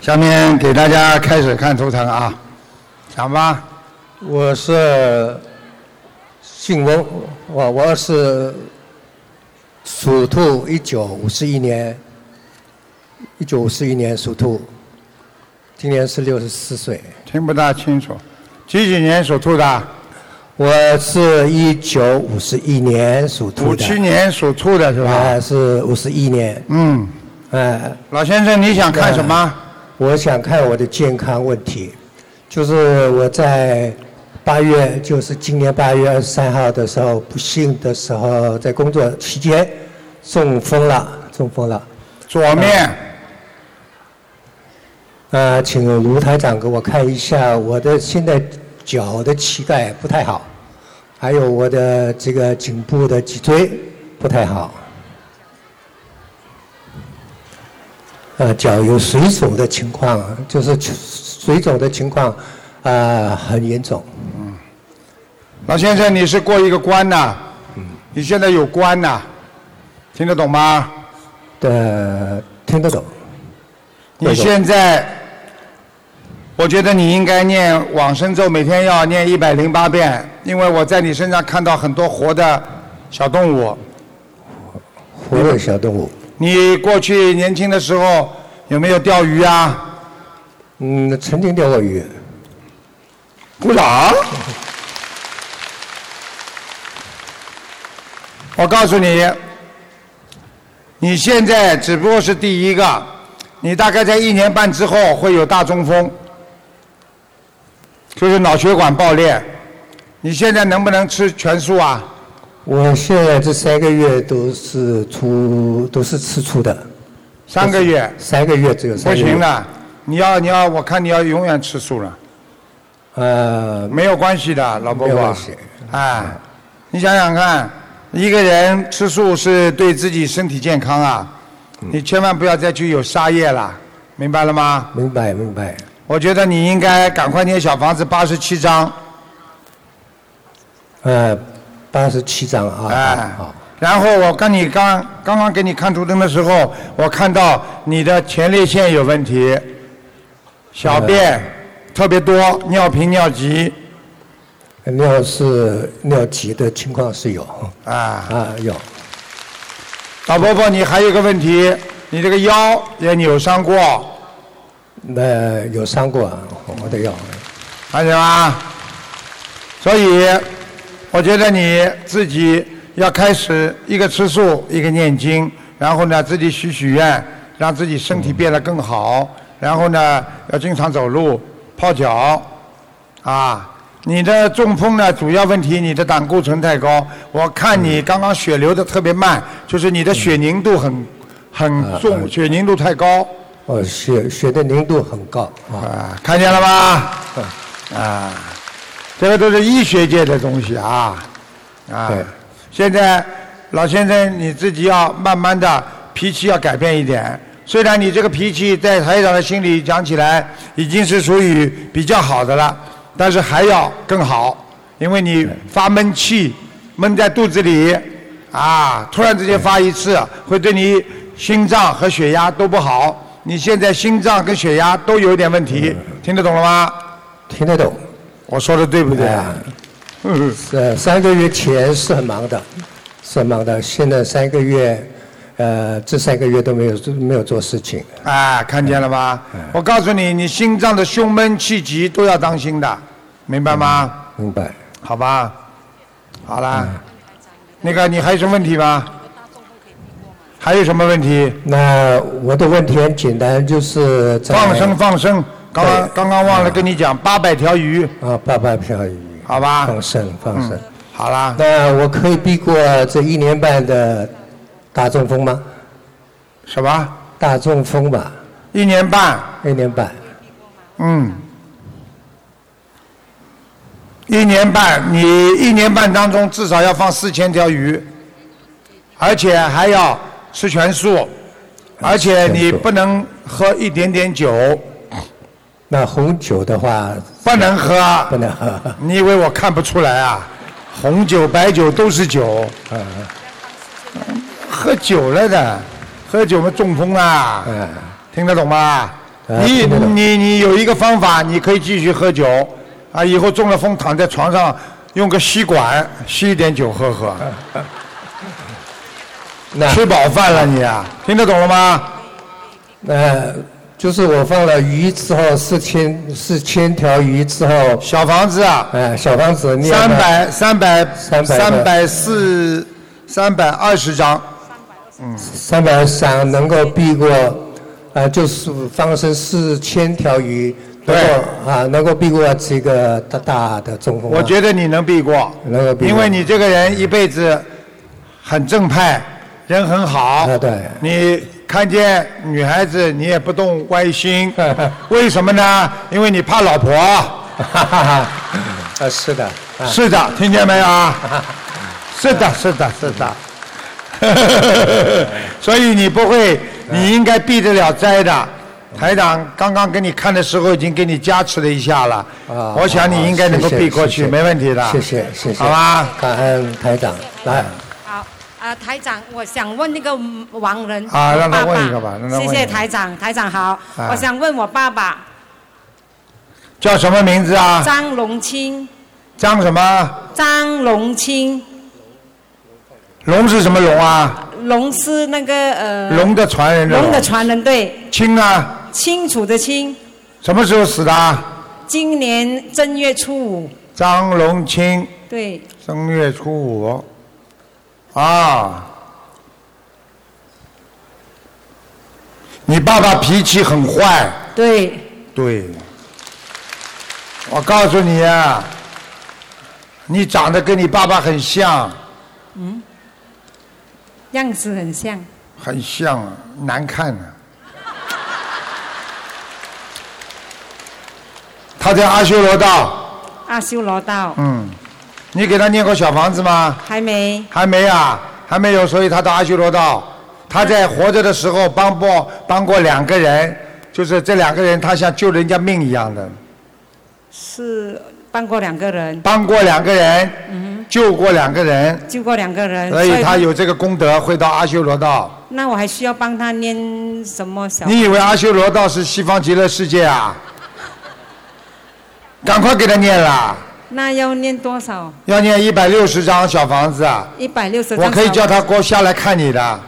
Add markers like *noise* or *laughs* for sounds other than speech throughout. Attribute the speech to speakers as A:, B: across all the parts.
A: 下面给大家开始看图腾啊，讲吧。
B: 我是姓翁，我我是属兔，一九五十一年，一九五十一年属兔，今年是六十四岁。
A: 听不大清楚，几几年属兔的？
B: 我是一九五十一年属兔的，
A: 五七年属兔的是吧？
B: 哎是五十一年，
A: 嗯，
B: 哎，
A: 老先生，你想看什么？
B: 我想看我的健康问题，就是我在八月，就是今年八月二十三号的时候，不幸的时候，在工作期间中风了，中风了。
A: 左面
B: 呃，请卢台长给我看一下我的现在脚的膝盖不太好，还有我的这个颈部的脊椎不太好。呃，脚有水肿的情况，就是水肿的情况，呃，很严重。
A: 老先生，你是过一个关呐、你现在有关呐、听得懂吗？
B: 呃，听得懂？
A: 你现在，我觉得你应该念往生咒，每天要念一百零八遍，因为我在你身上看到很多活的小动物。
B: 活的小动物，
A: 你过去年轻的时候有没有钓鱼啊？
B: 嗯，曾经钓过鱼，
A: 鼓掌。我告诉你，你现在只不过是第一个，你大概在一年半之后会有大中风，就是脑血管爆裂。你现在能不能吃全素啊？
B: 我现在这三个月都是出都是吃醋的，
A: 三个月
B: 三个月只有
A: 不
B: 三个月。
A: 行。的，你要你要，我看你要永远吃素了，
B: 呃，
A: 没有关系的，老伯
B: 没有
A: 伯
B: 关系。
A: 哎，你想想看，一个人吃素是对自己身体健康啊，
B: 嗯
A: 你千万不要再去有杀业了，明白了吗？
B: 明白明白。
A: 我觉得你应该赶快念小房子八十七章，
B: 呃，八十七张啊。
A: 哎
B: 好。
A: 然后我跟你刚刚刚给你看图腾的时候，我看到你的前列腺有问题，小
B: 呃
A: 便特别多，尿频尿急
B: 呃尿是尿急的情况是有
A: 啊。
B: 啊有，
A: 老伯伯，你还有一个问题，你这个腰也扭伤过，
B: 那、有伤过啊我的腰。
A: 看见吗？所以，我觉得你自己要开始一个吃素，一个念经，然后呢，自己许许愿，让自己身体变得更好，然后呢，要经常走路、泡脚，啊。你的中风呢，主要问题你的胆固醇太高。我看你刚刚血流的特别慢，就是你的血凝度很很重，血凝度太高。
B: 哦，呃血血的凝度很高啊。呃
A: 啊，看见了吧？啊，这个都是医学界的东西啊，啊
B: 对，
A: 现在老先生你自己要慢慢的脾气要改变一点。虽然你这个脾气在台长的心里讲起来已经是属于比较好的了，但是还要更好，因为你发闷气，闷在肚子里，啊，突然之间发一次，会对你心脏和血压都不好。你现在心脏跟血压都有一点问题，听得懂了吗？
B: 嗯听得懂。
A: 我说的对不对啊？嗯
B: 呃，三个月前是很忙的，是很忙的。现在三个月，呃，这三个月都没有做没有做事情。
A: 啊，看见了吧？
B: 嗯
A: 我告诉你，你心脏的胸闷气急都要当心的，明白吗？
B: 明白。
A: 好吧，好啦。
B: 嗯
A: 那个，你还有什么问题吗？还有什么问题？
B: 那我的问题很简单，就是在
A: 放生，放生。刚刚
B: 对
A: 刚刚忘了跟你讲，八百条鱼，
B: 啊，八八条鱼，
A: 好吧？嗯
B: 放生放生。
A: 好啦，
B: 那我可以避过这一年半的大中风吗？
A: 什么？
B: 大中风吧，
A: 一年半，
B: 一年半。
A: 嗯，一年半，你一年半当中至少要放四千条鱼，而且还要吃全素，而且你不能喝一点点酒，
B: 那红酒的话
A: 不能喝
B: 不。能喝，
A: 你以为我看不出来啊？红酒、白酒都是酒，喝酒了的，喝酒嘛中风啊，
B: 嗯，
A: 听得懂吗？
B: 呃
A: 你
B: 听得懂
A: 你你有一个方法，你可以继续喝酒，啊，以后中了风躺在床上，用个吸管吸一点酒喝喝，
B: *laughs* 那
A: 吃饱饭了你啊，听得懂了吗？
B: 呃，就是我放了鱼之后，四千四千条鱼之后，
A: 小房子啊，
B: 呃，小房子念了
A: 三百三百
B: 300
A: 三百四三百二十张，
B: 三百三能够避过，呃，就是放生四千条鱼，能够啊能够避过这个大大的中风啊、
A: 我觉得你能避过，
B: 能够避过
A: 因为你这个人一辈子很正派，人很好，
B: 啊对
A: 你看见女孩子你也不动
B: *laughs*
A: 歪心，为什么呢？因为你怕老婆。
B: 哈哈哈，啊是的，啊
A: 是的，听见没有
B: *laughs*
A: 啊？是的，是的， *laughs* 是的。所以你不会，你应该避得了灾的。台长刚刚给你看的时候，已经给你加持了一下了。
B: 啊
A: 我想你应该能够
B: 谢谢
A: 避过
B: 谢
A: 去，
B: 谢
A: 没问题的。
B: 谢谢谢谢，
A: 好吧，
B: 感恩台长，来，
C: 好，啊，台长，我想问那个亡人
A: 啊让他
C: 我爸爸
A: 问一个吧让他问一
C: 谢
A: 个
C: 谢台长，台长好，
A: 啊
C: 我想问我爸爸
A: 叫什么名字啊？
C: 张龙清，
A: 张什么？
C: 张龙清，
A: 龙是什么龙啊？
C: 龙是那个呃
A: 龙的传人的
C: 龙的传人对，
A: 清啊？
C: 清楚的清，
A: 什么时候死的啊？
C: 今年正月初五，
A: 张龙清，
C: 对，
A: 正月初五。啊，你爸爸脾气很坏，
C: 对，
A: 对。我告诉你啊，你长得跟你爸爸很像，
C: 嗯样子很像，
A: 很像，难看啊呢、他在阿修罗道，
C: 阿修罗道、
A: 嗯，你给他念过小房子吗？
C: 还没，
A: 还没啊，还没有，所以他到阿修罗道。他在活着的时候帮过帮过两个人，就是这两个人，他像救人家命一样的，
C: 是帮过两个人，
A: 帮过两个
C: 嗯
A: 人，救过两个人，
C: 救过两个人，
A: 所以他有这个功德，会到阿修罗道。
C: 那我还需要帮他念什么小？
A: 你以为阿修罗道是西方极乐世界啊？赶快给他念啦，
C: 那要念多少？
A: 要念一百六十张小房子啊！
C: 一百六十张。
A: 我可以叫。他给我下来看你的。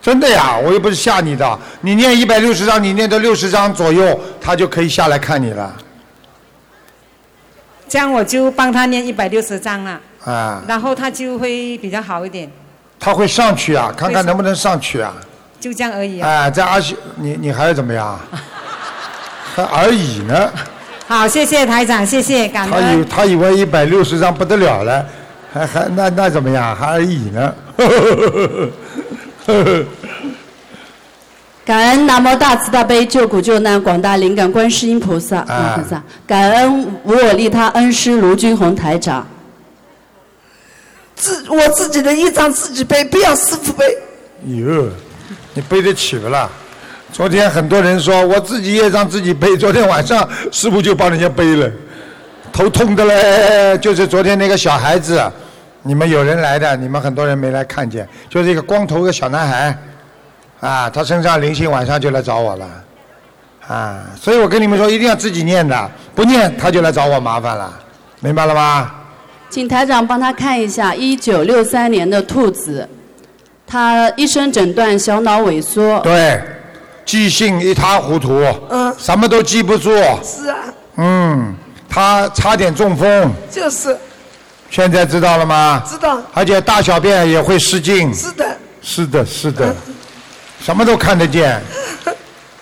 A: 真的呀，我又不是吓你的。你念一百六十章，你念到六十章左右，他就可以下来看你了。
C: 这样我就帮他念一百六十张了，
A: 啊，
C: 然后他就会比较好一点，
A: 他会上去啊，看看能不能上去啊。
C: 就这样而已啊。
A: 哎，在阿修，你你还要怎么样？还而已呢。
C: 好，谢谢台长，谢谢，感
A: 他以
C: 恩。
A: 他以为一百六十章不得了了，还还那那怎么样？还而已呢。 *laughs*
D: 感恩南无大慈大悲救苦救难广大灵感观世音菩萨，
A: 啊
D: 啊、菩萨感恩无我利他恩师卢军红台长。
E: 自我自己的业障自己背，不要师傅背。
A: 哟，你背得起不啦？昨天很多人说我自己业障自己背，昨天晚上师傅就帮人家背了，头痛的嘞。就是昨天那个小孩子，你们有人来的，你们很多人没来看见，就是一个光头的小男孩，啊，他身上灵性晚上就来找我了，啊，所以我跟你们说一定要自己念的，不念他就来找我麻烦了，明白了吗？
D: 请台长帮他看一下，一九六三年的兔子，他医生诊断小脑萎缩，
A: 对，记性一塌糊涂，
E: 嗯
A: 什么都记不住，
E: 是啊，
A: 嗯，他差点中风，
E: 就是
A: 现在知道了吗？
E: 知道，
A: 而且大小便也会失禁。
E: 是的，嗯
A: 是的，是的，什么都看得
E: *laughs*
A: 见，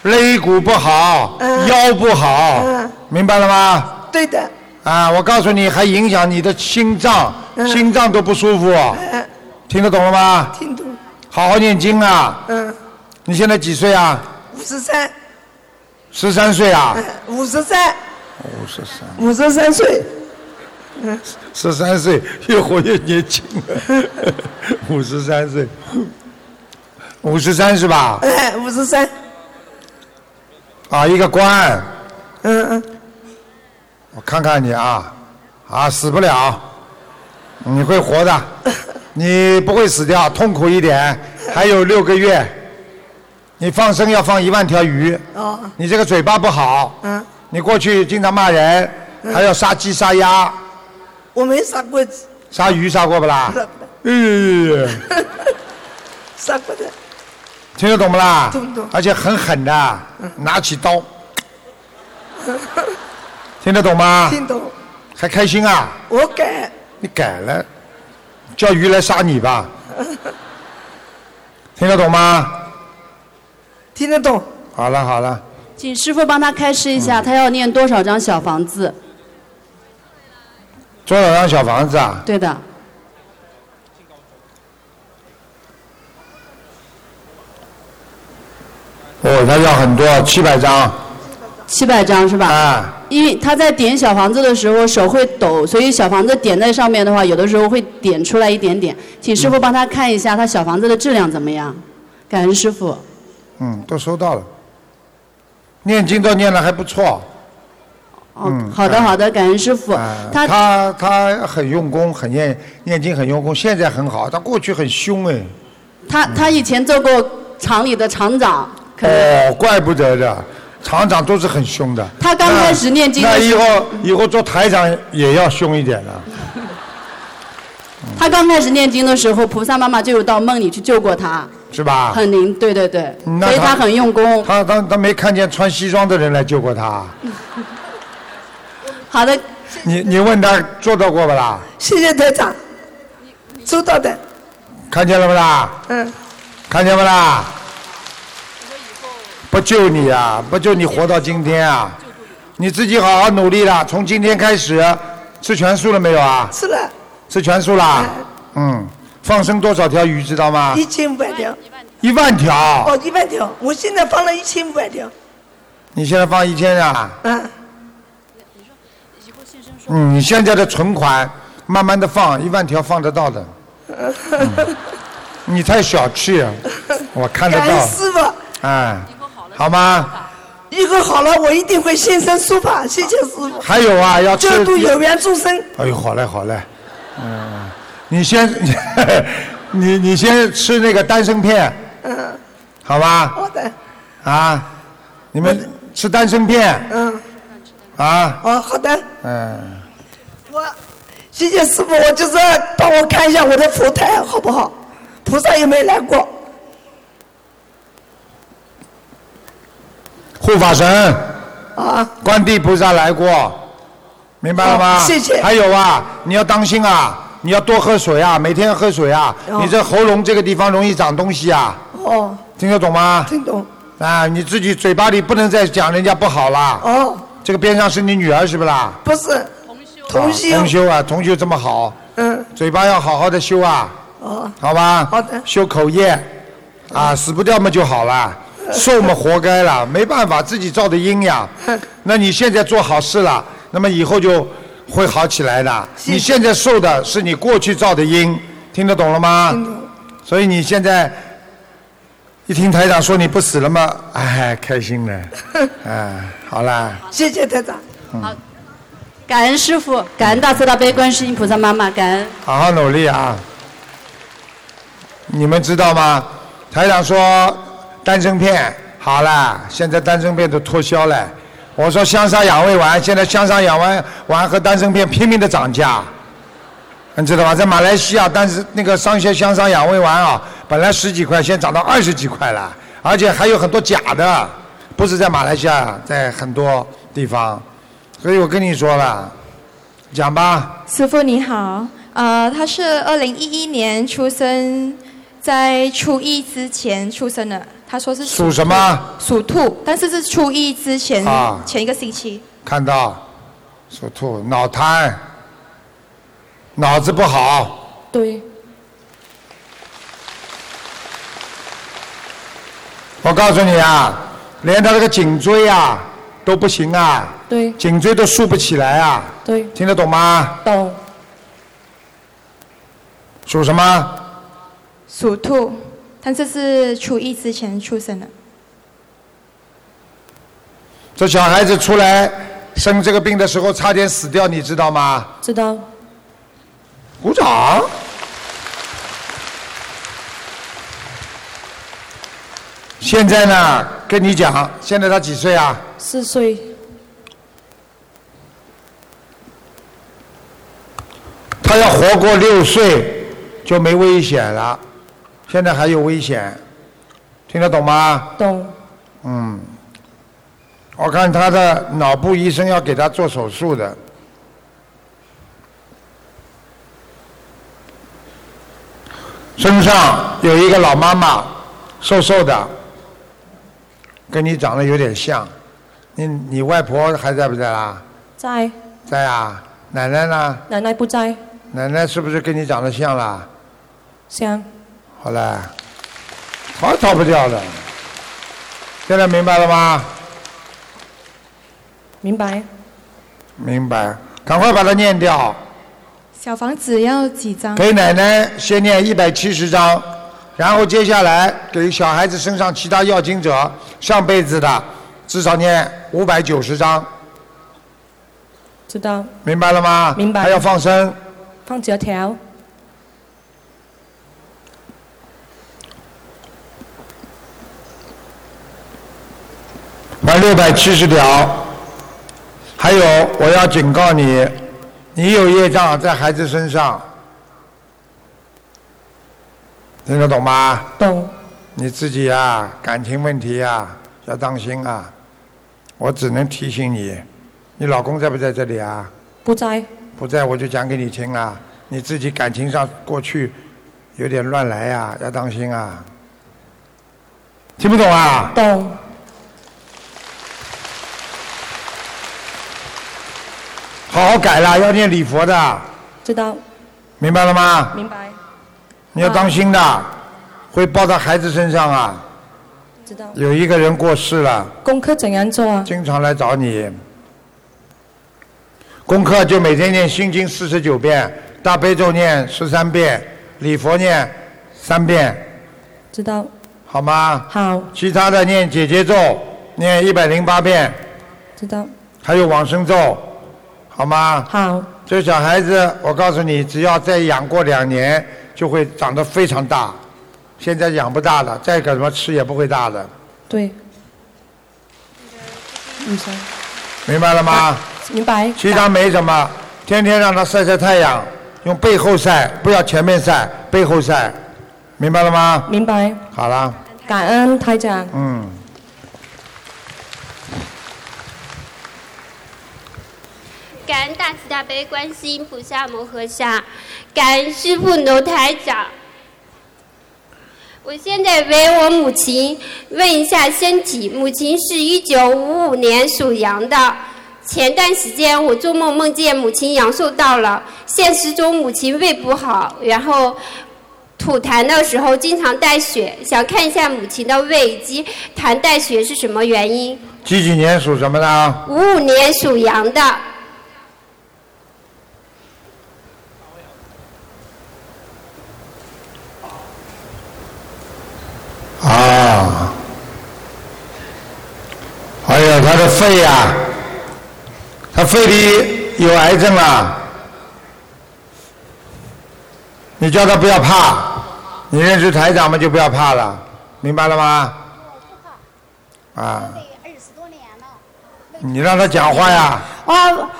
A: 肋骨不好，
E: 呃
A: 腰不好，明白了吗？
E: 嗯对的，
A: 啊，我告诉你，还影响你的心脏，心脏都不舒服，
E: 嗯，
A: 听得懂了吗？
E: 听懂，
A: 好好念经啊！
E: 嗯，
A: 你现在几岁啊？
E: 五十三，
A: 十三岁啊？
E: 嗯，五十三，
A: 五十三。
E: 五十三岁，呃
A: 十三岁，越活越年轻 *laughs* 了。五十三岁，五十三是吧？
E: 哎，五十三，
A: 啊，一个官，
E: 嗯嗯，
A: 我看看你啊，啊，死不了，你会活的，你不会死掉，痛苦一点，还有六个月，你放生要放一万条鱼，
E: 哦，
A: 你这个嘴巴不好，
E: 嗯，
A: 你过去经常骂人，还要杀鸡杀鸭，
E: 我没杀过，哎
A: 杀鱼杀过不啦？
E: 杀过哎
A: 嗯，
E: 杀过的，
A: 听得懂不啦？
E: 懂懂嗯
A: 而且很狠的，拿起刀，听得懂
E: *laughs*
A: 吗？
E: 听懂？
A: 还开心啊？
E: 我改， *laughs*
A: 你改了，叫鱼来杀你吧，听得懂吗？
E: 听得懂？
A: 好了好了，
D: 请师傅帮他开示一下，他要念多少张小房子？
A: 多少张小房子啊？
D: 对的，
A: 哦，他要很多，七百张
D: 七百张是吧？
A: 啊。
D: 因为他在点小房子的时候手会抖，所以小房子点在上面的话，有的时候会点出来一点点。请师傅帮他看一下他小房子的质量怎么样。感恩师傅。
A: 嗯，都收到了。念经都念了还不错，
D: 哦，好的好的，感恩师傅。
A: 啊、
D: 他
A: 他他很用功，很念念经很用功，现在很好。他过去很凶哎，
D: 他他以前做过厂里的厂长，可能
A: 哦，怪不得的，厂长都是很凶的。
D: 他刚开始念经
A: 那
D: 的
A: 以
D: 时
A: 后
D: 候，
A: 以后做台长也要凶一点了。
D: 他刚开始念经的时候，菩萨妈妈就有到梦里去救过他，
A: 是吧？
D: 很灵，对对对，
A: 那
D: 所以
A: 他
D: 他很用功。
A: 他他他没看见穿西装的人来救过他，
D: 好的，
A: 你你问他做到过不啦？
E: 谢谢台长，收到的，
A: 看见了不啦？
E: 嗯，
A: 看见不啦？不救你啊！不救你活到今天啊！你自己好好努力啦！从今天开始，吃全素了没有啊？
E: 是了，
A: 吃全素啦？嗯，放生多少条鱼知道吗？
E: 一千五百条，
A: 一万条
E: 哦，。一万条，我现在放了一千五百条，
A: 你现在放一千啊？
E: 嗯，
A: 嗯，你现在的存款慢慢的放，一万条放得到的。嗯、你太小气了，我看得
E: 感
A: 到
E: 恩。师傅。
A: 哎，好吗？
E: 以后好了，我一定会现身说法，谢谢师傅，
A: 还有啊，要吃。
E: 救度有缘众生。
A: 哎呦，好嘞，好嘞。嗯，你先， *laughs* 你你先吃那个丹参片，
E: 嗯，
A: 好吧？
E: 好的，
A: 啊，你们吃丹参片
E: 嗯，
A: 啊？
E: 哦，好的，
A: 嗯，
E: 我谢谢师傅，我就是帮我看一下我的佛台好不好？菩萨有没有来过？
A: 护法神。
E: 啊，
A: 观地菩萨来过，明白了吗？
E: 哦谢谢
A: 还有啊，你要当心啊，你要多喝水啊，每天喝水啊。
E: 哦
A: 你这喉咙这个地方容易长东西啊，
E: 哦，
A: 听得懂吗？
E: 听懂？
A: 啊，你自己嘴巴里不能再讲人家不好啦。
E: 哦，
A: 这个边上是你女儿是不啦？
E: 不是，同修，
A: 啊同修啊，同修这么好，
E: 嗯，
A: 嘴巴要好好的修啊，
E: 哦，
A: 好吧？
E: 好的
A: 修口业，啊，死不掉嘛就好了。
E: 呃
A: 受嘛活
E: *laughs*
A: 该了，没办法，自己造的因呀。那你现在做好事了，那么以后就会好起来的。
E: 谢
A: 你现在受的是你过去造的因，听得懂了吗？
E: 听懂。
A: 所以你现在一听台长说你不死了嘛，哎，开心了，
E: *laughs*
A: 哎，好啦，
E: 谢谢台长，
A: 嗯
D: 感恩师傅，感恩大慈大悲观世音菩萨妈妈，感恩。
A: 好好努力啊！你们知道吗？台长说丹参片好了，现在丹参片都脱销了。我说香砂养胃丸，现在香砂养胃丸和丹参片拼命的涨价，你知道吧？在马来西亚，但是那个商学香砂养胃丸啊，本来十几块，现在涨到二十几块了，而且还有很多假的，不是在马来西亚，在很多地方。所以我跟你说了，讲吧。
F: 师傅你好，呃，他是二零一一年出生，在初一之前出生的。他说是
A: 属什么？
F: 属兔，但是是初一之前、
A: 啊
F: 前一个星期。
A: 看到，属兔，脑瘫，脑子不好，
F: 对，
A: 我告诉你啊，连他这个颈椎啊都不行啊，
F: 对，
A: 颈椎都竖不起来啊，
F: 对，
A: 听得懂吗？
F: 懂。
A: 属什么？
F: 属兔，但是是初一之前出生的。
A: 这小孩子出来生这个病的时候差点死掉，你知道吗？
F: 知道。
A: 鼓掌。现在呢，跟你讲，现在他几岁啊？
G: 四岁，
A: 他要活过六岁就没危险了，现在还有危险，听得懂吗？
G: 懂。
A: 嗯，我看他的脑部医生要给他做手术的。身上有一个老妈妈，瘦瘦的，跟你长得有点像。你你外婆还在不在啦？
G: 在
A: 在啊。奶奶呢？
G: 奶奶不在，
A: 奶奶是不是跟你长得像啦？
G: 想
A: 好了，逃也逃不掉的。现在明白了吗？
G: 明白。
A: 明白，赶快把它念掉。
F: 小房子要几张？
A: 给奶奶先念一百七十章，然后接下来给小孩子身上其他要经者上辈子的，至少念五百九十章，
G: 知道
A: 明白了吗？
G: 明白
A: 还要放生，
G: 放纸条，
A: 还六百七十条。还有，我要警告你，你有业障在孩子身上，听得懂吗？
G: 懂。
A: 你自己啊，感情问题啊，要当心啊！我只能提醒你，你老公在不在这里啊？
G: 不在，
A: 不在我就讲给你听啊，你自己感情上过去有点乱来呀、要当心啊。听不懂啊？
G: 懂。
A: 好好改啦，要念礼佛的，
G: 知道
A: 明白了吗？
G: 明白，啊
A: 你要当心的，会报到孩子身上啊。
G: 知道。
A: 有一个人过世了，
G: 功课怎样做啊？
A: 经常来找你。功课就每天念心经四十九遍，大悲咒念十三遍，礼佛念三遍，
G: 知道
A: 好吗？
G: 好，
A: 其他的念姐姐咒，念一百零八遍，
G: 知道
A: 还有往生咒，好吗？
G: 好。
A: 这小孩子，我告诉你，只要再养过两年，就会长得非常大。现在养不大了，再给什么吃也不会大的，
G: 对。嗯，行
A: 明白了吗？
G: 明白。
A: 其他没什么，天天让他晒晒太阳，用背后晒，不要前面晒，背后晒，明白了吗？
G: 明白，
A: 好了，
G: 感恩台长。
A: 嗯。
H: 感恩大慈大悲观世音菩萨摩诃萨，感恩师父楼台长。我现在为我母亲问一下身体，母亲是一九五五年属羊的。前段时间我做梦梦见母亲阳寿到了，现实中母亲胃不好，然后吐痰的时候经常带血，想看一下母亲的胃以及痰带血是什么原因。
A: 几几年属什么的啊？
H: 五五年属羊的，
A: 啊，哎呀，他的肺呀、他肺里有癌症啊。你叫他不要怕，你认识台长嘛就不要怕了，明白了吗？啊。你让他讲话呀，
I: 我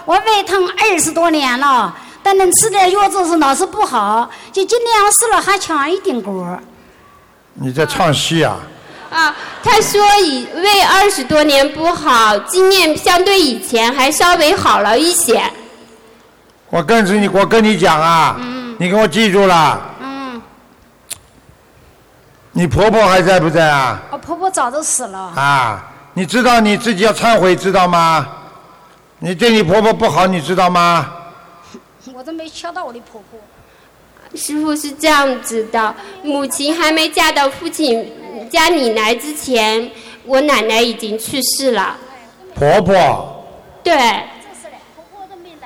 I: 我胃疼二十多年了，但能吃点药就是老是不好，就今天我吃了还抢一点果儿。
A: 你在唱戏啊？
H: 啊，他说以为二十多年不好，今年相对以前还稍微好了一些。
A: 我跟着你，我跟你讲啊，你给我记住了。
I: 嗯，
A: 你婆婆还在不在啊？
I: 我婆婆早就死了，
A: 啊，你知道你自己要忏悔，知道吗？你对你婆婆不好，你知道吗？
I: 我都没敲到我的婆婆。
H: 师傅是这样子的，母亲还没嫁到父亲家里来之前，我奶奶已经去世了。
A: 婆婆，
H: 对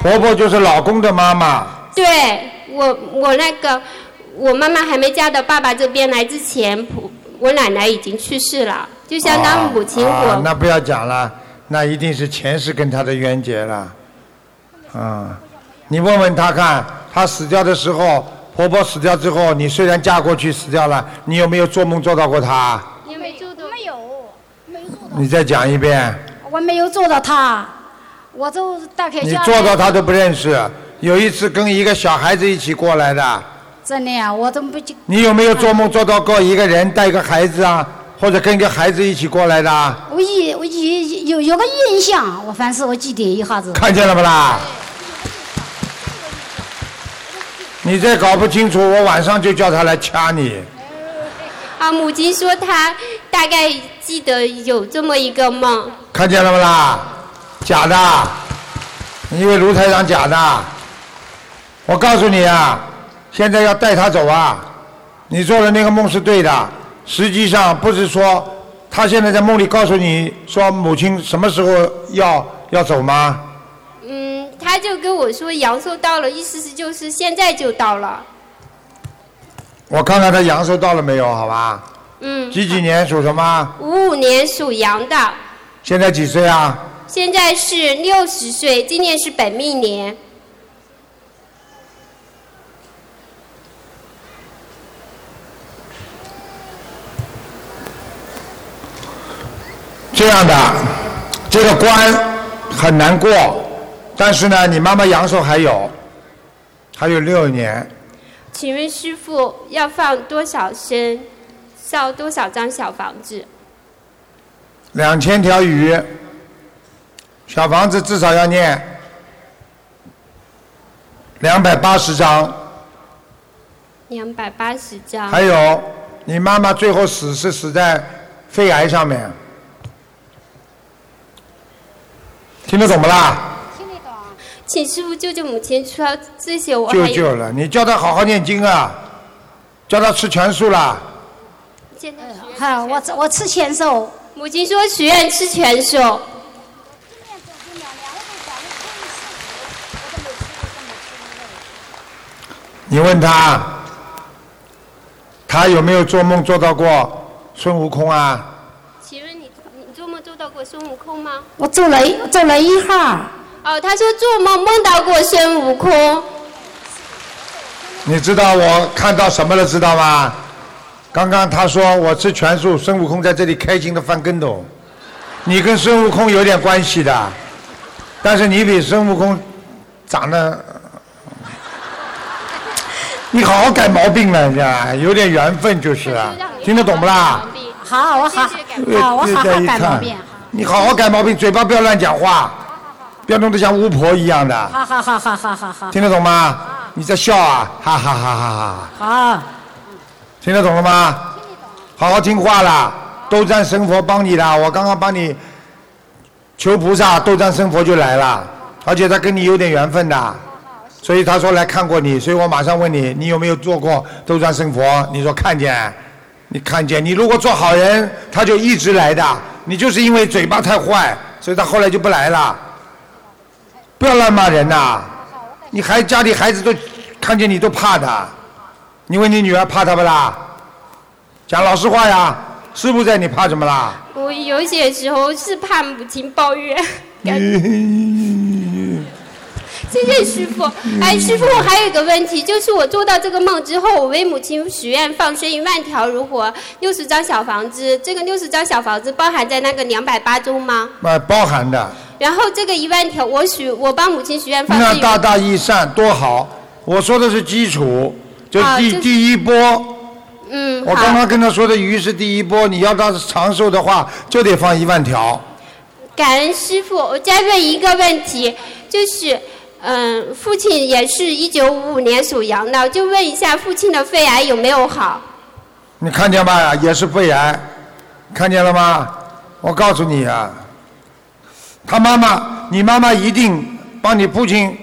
A: 婆婆就是老公的妈妈。
H: 对，我我那个我妈妈还没嫁到爸爸这边来之前，婆我奶奶已经去世了，就相当母亲我、
A: 啊，那不要讲了，那一定是前世跟她的冤结了。啊，你问问她看，她死掉的时候，婆婆死掉之后，你虽然嫁过去死掉了，你有没有做梦做到过她？
H: 你没住到没有
A: 你再讲一遍，
I: 我没有做到他，我就大概
A: 你
I: 下来
A: 做到他都不认识。有一次跟一个小孩子一起过来的，
I: 真的呀，我都不记
A: 你有没有做梦做到过一个人带一个孩子啊，或者跟一个孩子一起过来的啊？
I: 我一我一有有个印象，我凡是我记得一下子。
A: 看见了不啦？你再搞不清楚，我晚上就叫他来掐你。
H: 啊，母亲说她大概记得有这么一个梦。
A: 看见了不啦？假的，你以为卢台长假的？我告诉你啊，现在要带他走啊！你做的那个梦是对的，实际上不是说他现在在梦里告诉你说母亲什么时候要要走吗？
H: 嗯，她就跟我说阳寿到了，意思是就是现在就到了。
A: 我看看他阳寿到了没有，好吧？
H: 嗯，
A: 几几年属什么？
H: 五五年属羊的，
A: 现在几岁啊？
H: 现在是六十岁，今年是本命年。
A: 这样的，这个关很难过，但是呢，你妈妈阳寿还有，还有六年，
H: 请问师傅要放多少生，造多少张小房子？
A: 两千条鱼，小房子至少要念两百八十张，
H: 两百八十张。
A: 还有你妈妈最后死是死在肺癌上面，听得懂不啦？
H: 请师傅救救母亲，除了这些我还
A: 救
H: 有
A: 救了，你叫她好好念经啊，叫她吃全素啦。
H: 现在许愿
I: 哈，我吃我吃全素，
H: 母亲说许愿吃全素。
A: 你问他，他有没有做梦做到过孙悟空啊？
H: 请问你你做梦做到过孙悟空吗？
I: 我做了一做了一下，
H: 哦，他说做梦梦到过孙悟空。
A: 你知道我看到什么了，知道吗？刚刚他说我吃全素，孙悟空在这里开心的翻跟斗。你跟孙悟空有点关系的，但是你比孙悟空长得，你好好改毛病了，你知道吧有点缘分就是了，听得懂不啦？
I: 好，我好好，我好好改毛病，
A: 你好好改毛病，嘴巴不要乱讲话，不要弄得像巫婆一样的，
I: 好好好好好好好
A: 听得懂吗？你在笑啊，哈哈哈哈哈！
I: 好，
A: 听得懂了吗？好好听话啦，斗战神佛帮你啦，我刚刚帮你求菩萨，斗战神佛就来了，而且他跟你有点缘分的，所以他说来看过你，所以我马上问你，你有没有做过斗战神佛？你说看见，你看见，你如果做好人，他就一直来的，你就是因为嘴巴太坏，所以他后来就不来了。不要乱骂人呐、你还家里孩子都看见你都怕的，你问你女儿怕他不啦？讲老实话呀，师傅在，你怕什么啦？
H: 我有些时候是怕母亲抱 *laughs* 怨。
A: 哎
H: 谢谢师傅。哎，师傅，我还有一个问题，就是我做到这个梦之后，我为母亲许愿放生一万条，如果六十张小房子，这个六十张小房子包含在那个两百八中吗？
A: 那包含的，
H: 然后这个一万条，我许我帮母亲许愿放
A: 那
H: 生一
A: 大
H: 万。
A: 大益善多好。我说的是基础，就
H: 啊
A: 第、
H: 就是
A: 第一波。
H: 嗯，
A: 我
H: 好。
A: 刚刚跟他说的鱼是第一波，你要当是长寿的话，就得放一万条。
H: 感恩师傅，我再问一个问题，就是，嗯，父亲也是一九五五年属羊的，就问一下父亲的肺癌有没有好？
A: 你看见吧？也是肺癌，看见了吗？我告诉你啊，他妈妈，你妈妈一定帮你父亲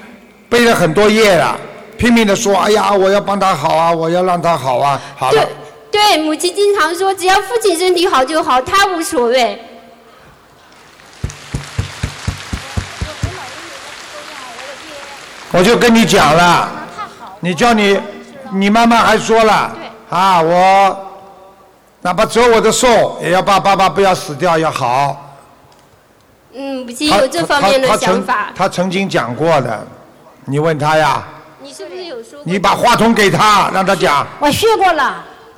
A: 背了很多业了，拼命的说：“哎呀，我要帮他好啊，我要让他好啊。”好了
H: 对，，对，母亲经常说，只要父亲身体好就好，他无所谓。
A: 我就跟你讲了，你叫你，你妈妈还说了啊，我哪怕折我的寿，也要爸爸爸不要死掉，要好。
H: 嗯，母亲
A: 他
H: 有这方面的想法
A: 他他曾。他曾经讲过的，你问他呀，
H: 你是不是有说过？
A: 你把话筒给他，让他讲。
I: 我学过了，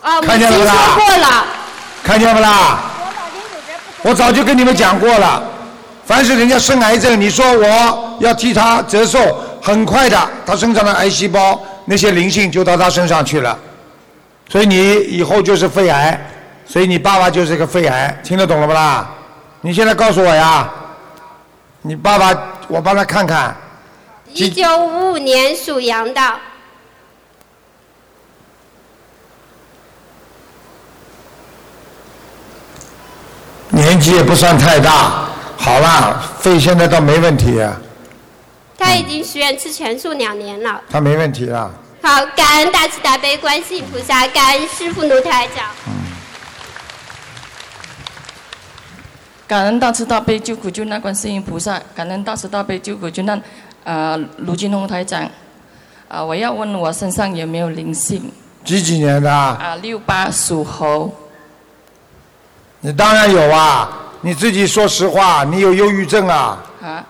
H: 啊，母
A: 看
H: 亲
A: 见
H: 说
A: 了吧
H: 过了。
A: 看见不啦？我早就跟你们讲过了，凡是人家生癌症，你说我要替他折寿，很快的，他身上的癌细胞那些灵性就到他身上去了，所以你以后就是肺癌，所以你爸爸就是个肺癌，听得懂了不啦？你现在告诉我呀，你爸爸，我帮他看看，
H: 一九五五年属羊的，
A: 年纪也不算太大，好啦，肺现在倒没问题，啊
H: 他已经许愿吃全素两年了。
A: 他没问题了。
H: 好，感恩大慈大悲观世音菩萨，感恩师父卢台长。
J: 感恩大慈大悲救苦救难观世音菩萨，感恩大慈大悲救苦救难，呃，卢金红台长，啊、我要问我身上有没有灵性？
A: 几几年的啊？
J: 啊、六八属猴，
A: 你当然有啊，你自己说实话，你有忧郁症啊，
J: 啊，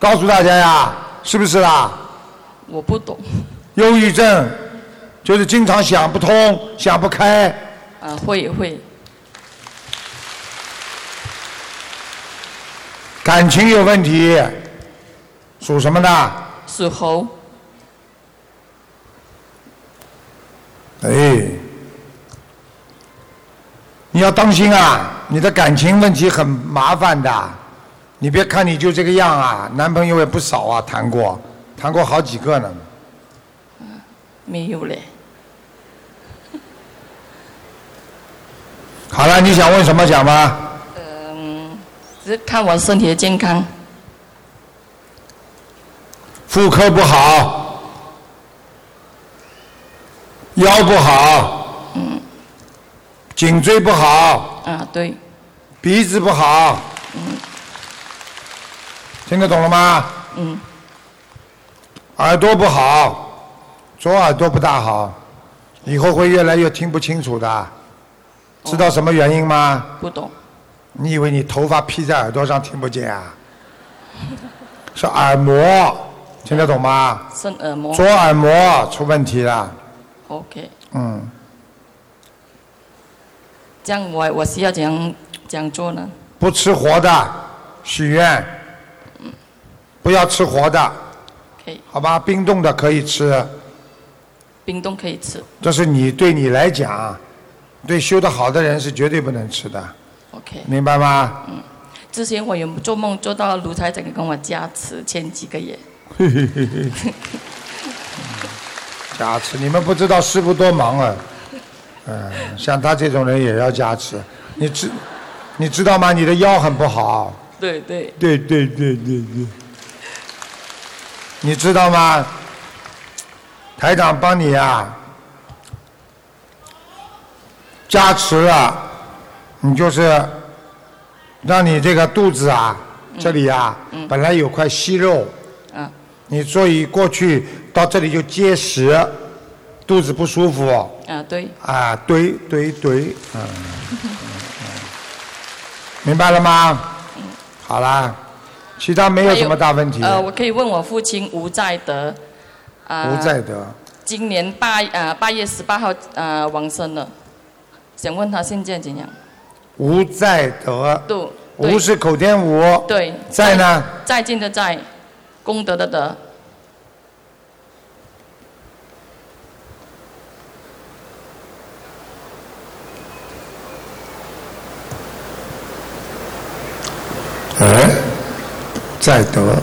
A: 告诉大家呀，是不是啦？
J: 我不懂，
A: 忧郁症就是经常想不通、想不开，
J: 啊、会会，
A: 感情有问题，属什么的？
J: 属猴，
A: 哎，你要当心啊！你的感情问题很麻烦的，你别看你就这个样啊，男朋友也不少啊，谈过，谈过好几个呢。
J: 没有嘞，
A: 好了，你想问什么讲吧？
J: 嗯，只是看我身体的健康， *laughs*
A: 妇科不好，腰不好，
J: 嗯，
A: 颈椎不好，
J: 啊，对，
A: 鼻子不好，
J: 嗯
A: 听得懂了吗？
J: 嗯，
A: 耳朵不好，左耳朵不大好，以后会越来越听不清楚的。知道什么原因吗？
J: 不懂，
A: 你以为你头发披在耳朵上听不见啊？是耳膜，听得懂吗？
J: 生耳膜
A: 左耳膜出问题了，
J: ，OK，
A: 嗯，
J: 这样我我需要怎样怎样做呢？
A: 不吃活的，许愿，不要吃活的，
J: 可以，
A: 好吧？冰冻的可以吃，
J: 冰冻可以吃
A: 这是你对你来讲，对修得好的人是绝对不能吃的，
J: ，OK。
A: 明白吗？
J: 嗯
A: *laughs*
J: 之前我有做梦做到卢台长跟我加持，前几个月。
A: 嘿嘿嘿嘿，嗯加持！你们不知道师傅多忙啊，嗯、像他这种人也要加持。你知，你知道吗？你的腰很不好，
J: 对对，
A: 对对对对对，你知道吗？台长帮你啊，加持啊，你就是让你这个肚子啊，这里啊，本来有块息肉，
J: 嗯，
A: 你所以过去到这里就结实，肚子不舒服
J: 啊对，
A: 啊，堆堆堆，嗯，嗯嗯明白了吗？
J: 嗯
A: 好啦，其他没有什么大问题。
J: 呃，我可以问我父亲吴在德，啊、
A: 吴在德，
J: 今年八呃八月十八号呃往生了，想问他现在怎样？
A: 吴在德，
J: 对，
A: 吴是口天吴，
J: 对，
A: 在呢，
J: 再见的在，功德的德，
A: 哎，在德，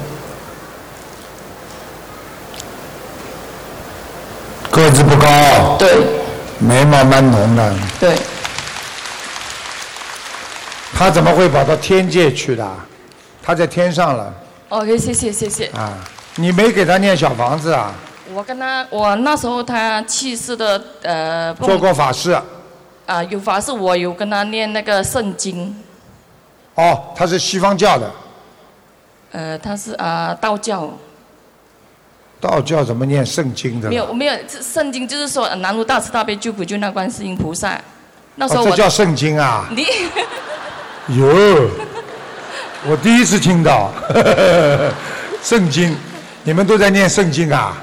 A: 个子不高，
J: 对，
A: 眉毛蛮浓的，
J: 对，
A: 他怎么会跑到天界去的？他在天上了
J: OK，谢哦谢谢谢。
A: 啊！你没给他念小房子啊？
J: 我跟他，我那时候他去世的呃，
A: 做过法事
J: 啊、有法是我有跟他念那个圣经，
A: 哦，他是西方教的，
J: 呃，他是啊、道教，
A: 道教怎么念圣经的？啊
J: 没有，我没有这圣经，就是说呃南无大慈大悲救苦救难观世音菩萨。那时候
A: 哦，
J: 我、
A: 这叫圣经啊！
J: 你 *laughs*
A: 哟，我第一次听到 *laughs* 圣经，你们都在念圣经啊？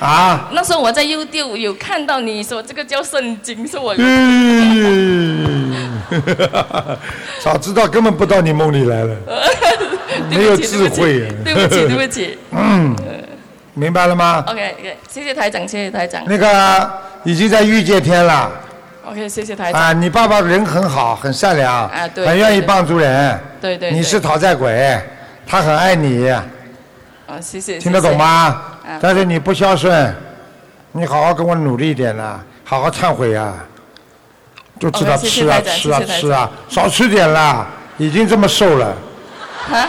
A: 啊？
J: 那时候我 *laughs* 在 y o 有看到你说这个叫圣经，是我、
A: 嗯， *laughs* 早知道根本不到你梦里来了，
J: 呃
A: 没有智慧。啊
J: 对不
A: *laughs*
J: 起，对不起。呃
A: 嗯，明白了吗？
J: OK OK，谢谢台长，谢谢台长。
A: 啊那个已经在御界天了
J: OK，谢谢台长。
A: 啊！你爸爸人很好，很善良，
J: 啊对
A: 很愿意
J: 对对
A: 帮助人。
J: 对对对
A: 你是讨债鬼，他很爱你，
J: 啊，谢谢。
A: 听得懂吗
J: 谢谢？啊
A: 但是你不孝顺，你好好跟我努力一点啦，好好忏悔啊，就知道
J: 哦 OK，谢谢
A: 吃啊
J: 台长
A: 吃
J: 谢谢
A: 啊
J: 台
A: 吃啊，少吃点啦，已经这么瘦了，
J: 啊，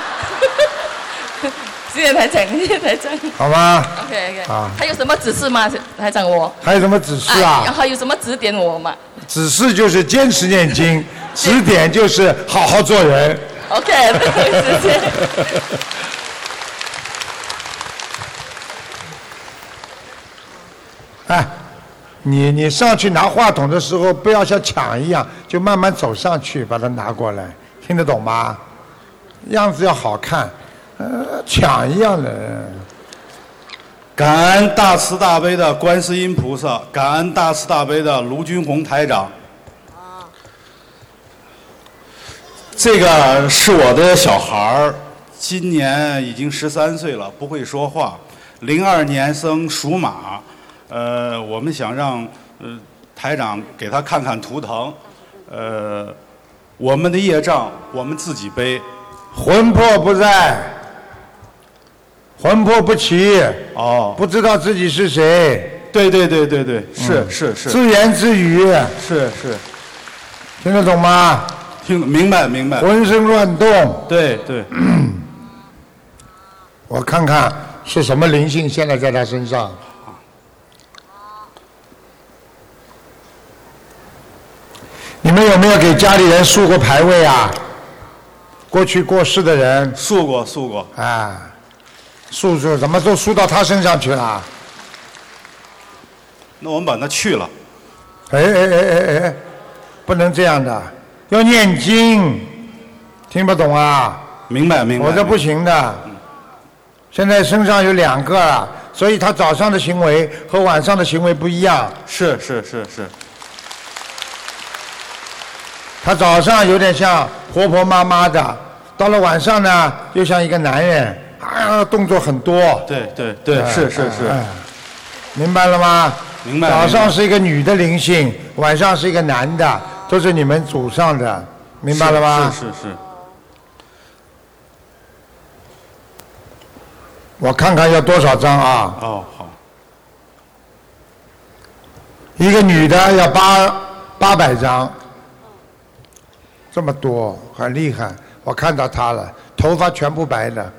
J: *laughs* 谢谢台长，谢谢台长。
A: 好吗？
J: OK OK，
A: 啊
J: 还有什么指示吗，台长我？
A: 还有什么指示
J: 啊
A: 啊？
J: 还有什么指点我吗
A: 指示就是坚持念经，指点就是好好做人。
J: ？OK，谢谢。
A: *laughs* 哎，你你上去拿话筒的时候，不要像抢一样，就慢慢走上去把它拿过来，听得懂吗？样子要好看，呃，抢一样的。
K: 感恩大慈大悲的观世音菩萨，感恩大慈大悲的卢军红台长。这个是我的小孩儿，今年已经十三岁了，不会说话，零二年生，属马。呃，我们想让呃台长给他看看图腾。呃，我们的业障我们自己背。
A: 魂魄不在，魂魄不齐，
K: 哦，
A: 不知道自己是谁。嗯
K: 对对对对对，是、是是。
A: 自言自语，
K: 是是，
A: 听得懂吗？
K: 听明白明白。
A: 浑身乱动。
K: 对对，
A: *clears throat* 我看看是什么灵性现在在他身上。你们有没有给家里人竖过牌位啊？过去过世的人
K: 竖过竖过
A: 啊，竖竖怎么都竖到他身上去了？
K: 那我们把它去了。
A: 哎哎哎哎哎，不能这样的，要念经，听不懂啊？
K: 明白明白
A: 我这不行的，现在身上有两个了，所以他早上的行为和晚上的行为不一样。
K: 是是是是，
A: 他早上有点像婆婆妈妈的，到了晚上呢，又像一个男人，啊，动作很多。
K: 对对对，
A: 哎
K: 是是是，
A: 哎哎明白了吗？
K: 明白
A: 早
K: 明
A: 上
K: 白
A: 是一个女的灵性，晚上是一个男的，都是你们祖上的，明白了吗？
K: 是是是，
A: 我看看要多少张啊？
K: 哦好，
A: 一个女的要八八百张，这么多，很厉害。我看到她了，头发全部白的，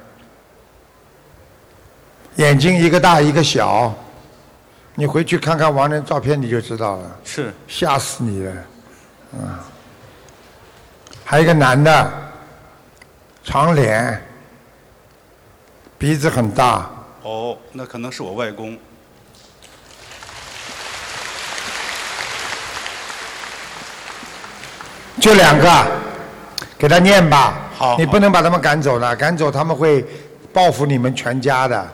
A: 眼睛一个大一个小。你回去看看亡人照片，你就知道了，
K: 是
A: 吓死你了。嗯，还有一个男的，长脸，鼻子很大，
K: 哦，那可能是我外公，
A: 就两个，啊给他念吧。
K: 好
A: 你不能把他们赶走了，赶走他们会报复你们全家的。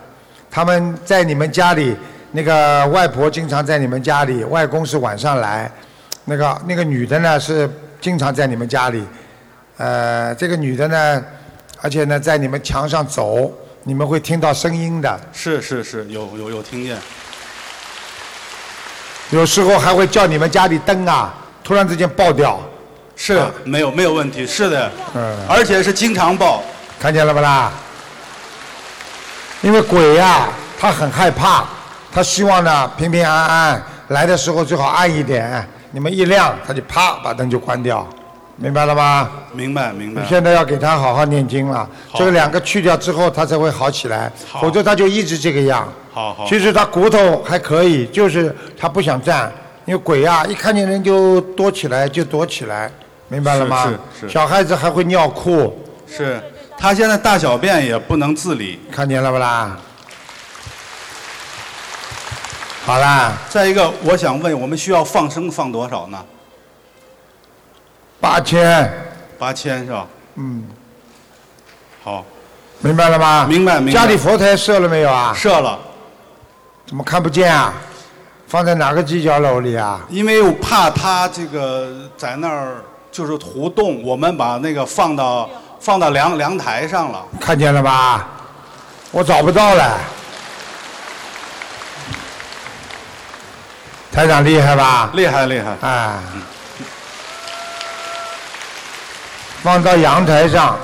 A: 他们在你们家里，那个外婆经常在你们家里，外公是晚上来，那个那个女的呢是经常在你们家里，呃，这个女的呢，而且呢在你们墙上走，你们会听到声音的，
K: 是是是，有有有听见，
A: 有时候还会叫你们家里灯啊，突然之间爆掉。
K: 是、没有没有问题，是的，
A: 嗯。
K: 而且是经常报，
A: 看见了不啦？因为鬼呀、他很害怕，他希望呢平平安安，来的时候最好暗一点，你们一亮，他就啪把灯就关掉，明白了吗？
K: 明白明白，
A: 现在要给他好好念经了，
K: 好
A: 这个两个去掉之后，他才会好起来，
K: 好
A: 否则他就一直这个样。
K: 好好，
A: 其实他骨头还可以，就是他不想站，因为鬼呀、一看见人就躲起来，就躲起来，明白了吗？
K: 是是是
A: 小孩子还会尿裤，
K: 是他现在大小便也不能自理，
A: 看见了不啦？好啦，
K: 再一个，我想问，我们需要放生放多少呢？
A: 八千，
K: 八千是吧？
A: 嗯，
K: 好，
A: 明白了吗？
K: 明白明白
A: 家里佛台设了没有啊？
K: 设了。
A: 怎么看不见啊？放在哪个犄角楼里啊？
K: 因为我怕他这个在那儿就是胡动，我们把那个放到放到凉凉台上了。
A: 看见了吧？我找不到了。台长厉害吧？
K: 厉害厉害！
A: 哎，放到阳台上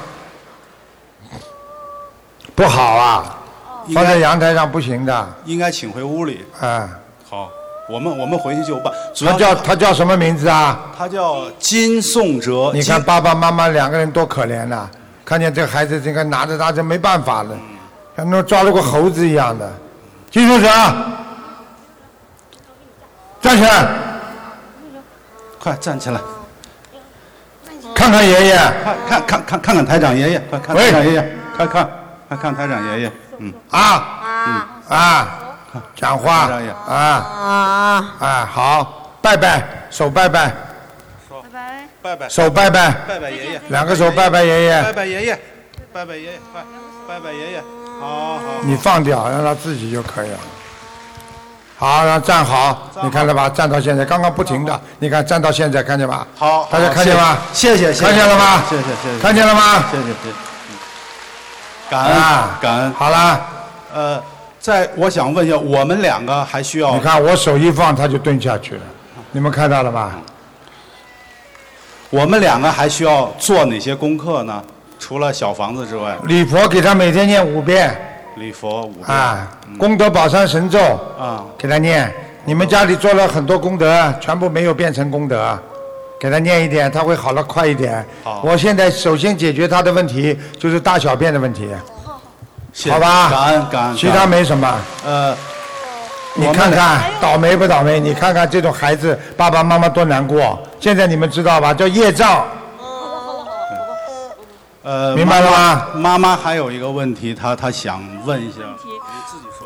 A: 不好啊，
K: 应该
A: 放在阳台上不行的。
K: 应该请回屋里。
A: 哎，
K: 好，我们我们回去就办。主
A: 他
K: 要
A: 叫他叫什么名字啊？
K: 他叫金颂哲。
A: 你看爸爸妈妈两个人多可怜呐、看见这个孩子，这个拿着他就没办法了，像那抓了个猴子一样的。金书哲，站起来，
K: 快站起来，
A: 看看爷爷。
K: 看看看看看看台长爷爷，快看台长爷爷，快看快看台长爷爷，嗯
A: 啊
K: 嗯
A: 啊，讲话啊
L: 啊，
A: 啊，好，拜拜，手拜拜，
K: 拜拜
A: 手拜拜，
K: 拜拜爷爷，
A: 两个手拜拜爷爷
K: 拜拜爷爷，拜拜爷爷，快拜拜爷爷，好好。
A: 你放掉，让他自己就可以了。好，让他站好，你看到吧？站到现在，刚刚不停的，你看站到现在，看见吧？
K: 好，好
A: 大家看见吗？
K: 谢谢，谢谢
A: 看见了吗？
K: 谢谢，谢谢，
A: 看见了吗？啊
K: 谢谢，谢谢。感恩，感恩。
A: 好啦，
K: 呃，在我想问一下，我们两个还需要？
A: 你看我手一放，他就蹲下去了，你们看到了吧？
K: 我们两个还需要做哪些功课呢？除了小房子之外，
A: 礼佛给他每天念五遍
K: 礼佛五遍
A: 啊，功德宝山神咒
K: 啊，
A: 给他念。你们家里做了很多功德，全部没有变成功德，给他念一点，他会好了快一点。
K: 好
A: 我现在首先解决他的问题就是大小便的问题，
K: 谢谢
A: 好吧？
K: 感恩感恩。
A: 其他
K: 感恩
A: 没什么。
K: 呃，
A: 你
K: 我们
A: 看看倒霉不倒霉？你看看这种孩子，爸爸妈妈多难过。现在你们知道吧？叫业障。
K: 呃，
A: 明白了
K: 吗？妈妈还有一个问题，她她想问一下，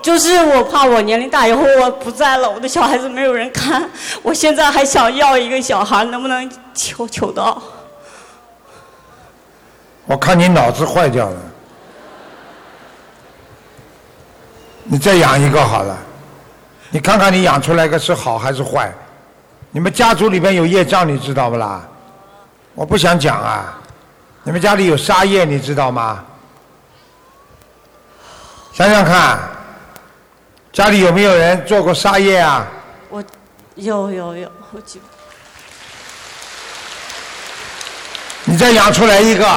L: 就是我怕我年龄大以后我不在了，我的小孩子没有人看，我现在还想要一个小孩，能不能求求到？
A: 我看你脑子坏掉了，你再养一个好了，你看看你养出来个是好还是坏？你们家族里边有业障，你知道不啦？我不想讲啊，你们家里有杀业，你知道吗？想想看，家里有没有人做过杀业啊？
L: 我有有有，我记不
A: 你再养出来一个，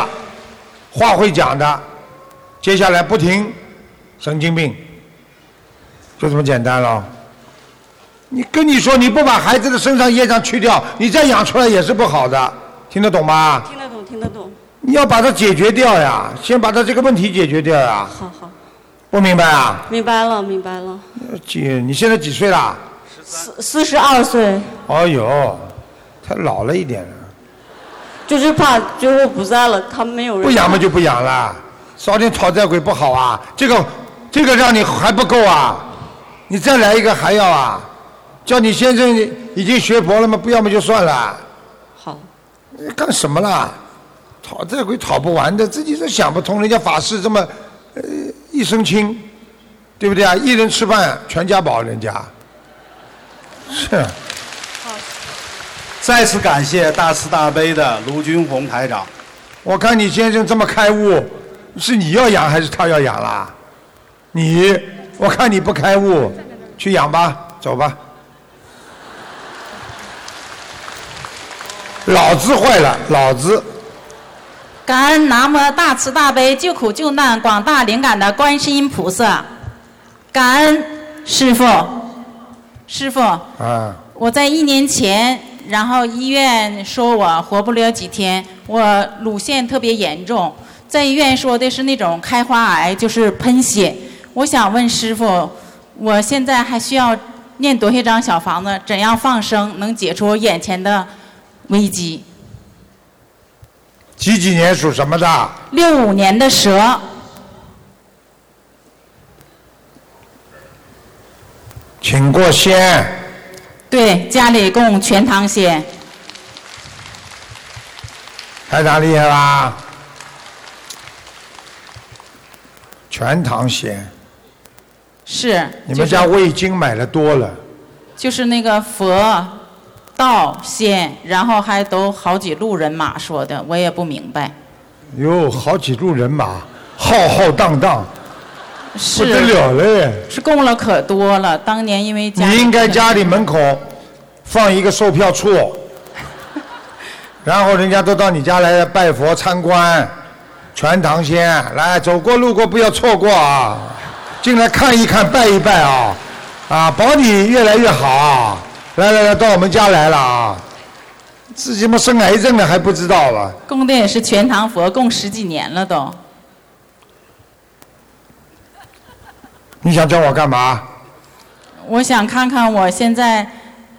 A: 话会讲的，接下来不停，神经病，就这么简单了。你跟你说，你不把孩子的身上业障去掉，你再养出来也是不好的，听得懂吗？
L: 听得懂，听得懂。
A: 你要把它解决掉呀，先把它这个问题解决掉呀。
L: 好好，
A: 不明白啊？
L: 明白了，明白了。
A: 几？你现在几岁啦？
L: 四四十二岁，
A: 哦呦，太老了一点了，
L: 就是怕最后不在了，他没有人
A: 不养嘛就不养了，少点讨债鬼不好啊。这个，这个让你还不够啊，你再来一个还要啊？叫你先生已经学佛了吗？不要么就算了。
L: 好，
A: 干什么啦？讨债鬼讨不完的，自己都想不通。人家法师这么，呃，一身轻，对不对啊？一人吃饭全家饱，人家是。
K: 再次感谢大慈大悲的卢军红台长。
A: 我看你先生这么开悟，是你要养还是他要养啦？你，我看你不开悟，去养吧，走吧。脑子坏了，脑子。
M: 感恩南无大慈大悲救苦救难广大灵感的观世音菩萨，感恩师傅，师傅，
A: *laughs* 啊，
M: 我在一年前，然后医院说我活不了几天，我乳腺特别严重，在医院说的是那种开花癌，就是喷血。我想问师傅，我现在还需要念多少张小房子？怎样放生能解除眼前的危机？
A: 几几年属什么的？
M: 六五年的蛇，
A: 请过仙，
M: 对，家里供全堂仙，
A: 台长厉害吧？全堂仙，
M: 是。
A: 你们家
M: 就是
A: 味精买的多了，
M: 就是那个佛道县，然后还都好几路人马说的，我也不明白。
A: 有好几路人马，浩浩荡荡，
M: 是
A: 不得了嘞！
M: 是供了可多了。当年因为家
A: 你应该家里门口放一个售票处，
M: *laughs*
A: 然后人家都到你家来拜佛参观，全唐仙来走过路过不要错过啊，进来看一看拜一拜啊，啊，保你越来越好啊！来来来，到我们家来了啊，自己嘛生癌症了还不知道啊吧？
M: 供的也是全唐佛，供十几年了都。
A: 你想叫我干嘛？
M: 我想看看我现在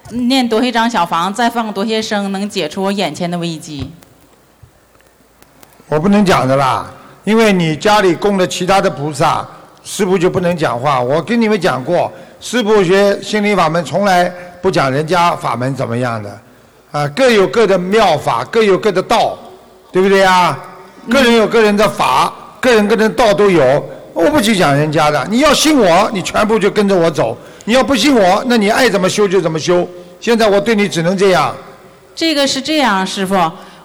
M: 念多少张小房，再放多些生，能解除我眼前的危机。
A: 我不能讲的啦，因为你家里供了其他的菩萨，师傅就不能讲话。我跟你们讲过，师傅学心灵法门从来不讲人家法门怎么样的，啊，各有各的妙法，各有各的道，对不对呀？个人有个人的法，个人个人的道都有，我不去讲人家的。你要信我，你全部就跟着我走；你要不信我，那你爱怎么修就怎么修。现在我对你只能这样。
M: 这个是这样，师傅，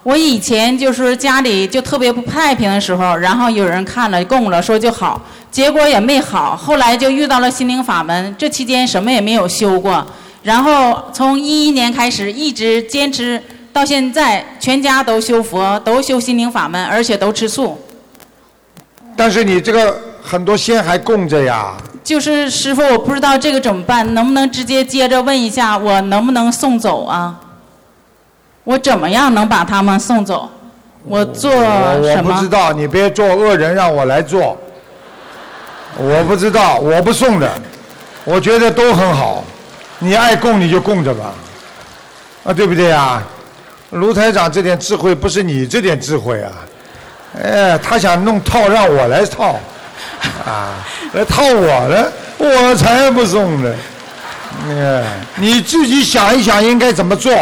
M: 我以前就是家里就特别不太平的时候，然后有人看了供了，说就好，结果也没好。后来就遇到了心灵法门，这期间什么也没有修过，然后从一一年开始一直坚持到现在，全家都修佛，都修心灵法门，而且都吃素。
A: 但是你这个很多仙还供着呀。
M: 就是师傅，我不知道这个怎么办，能不能直接接着问一下，我能不能送走啊？我怎么样能把他们送走？我做
A: 我我
M: 什
A: 不知
M: 么？
A: 道，你别做恶人，让我来做。我不知道，我不送的，我觉得都很好。你爱供你就供着吧，啊，对不对啊？卢台长这点智慧不是你这点智慧啊，哎，他想弄套让我来套，啊，来套我了，我才不送呢。哎，你自己想一想应该怎么做。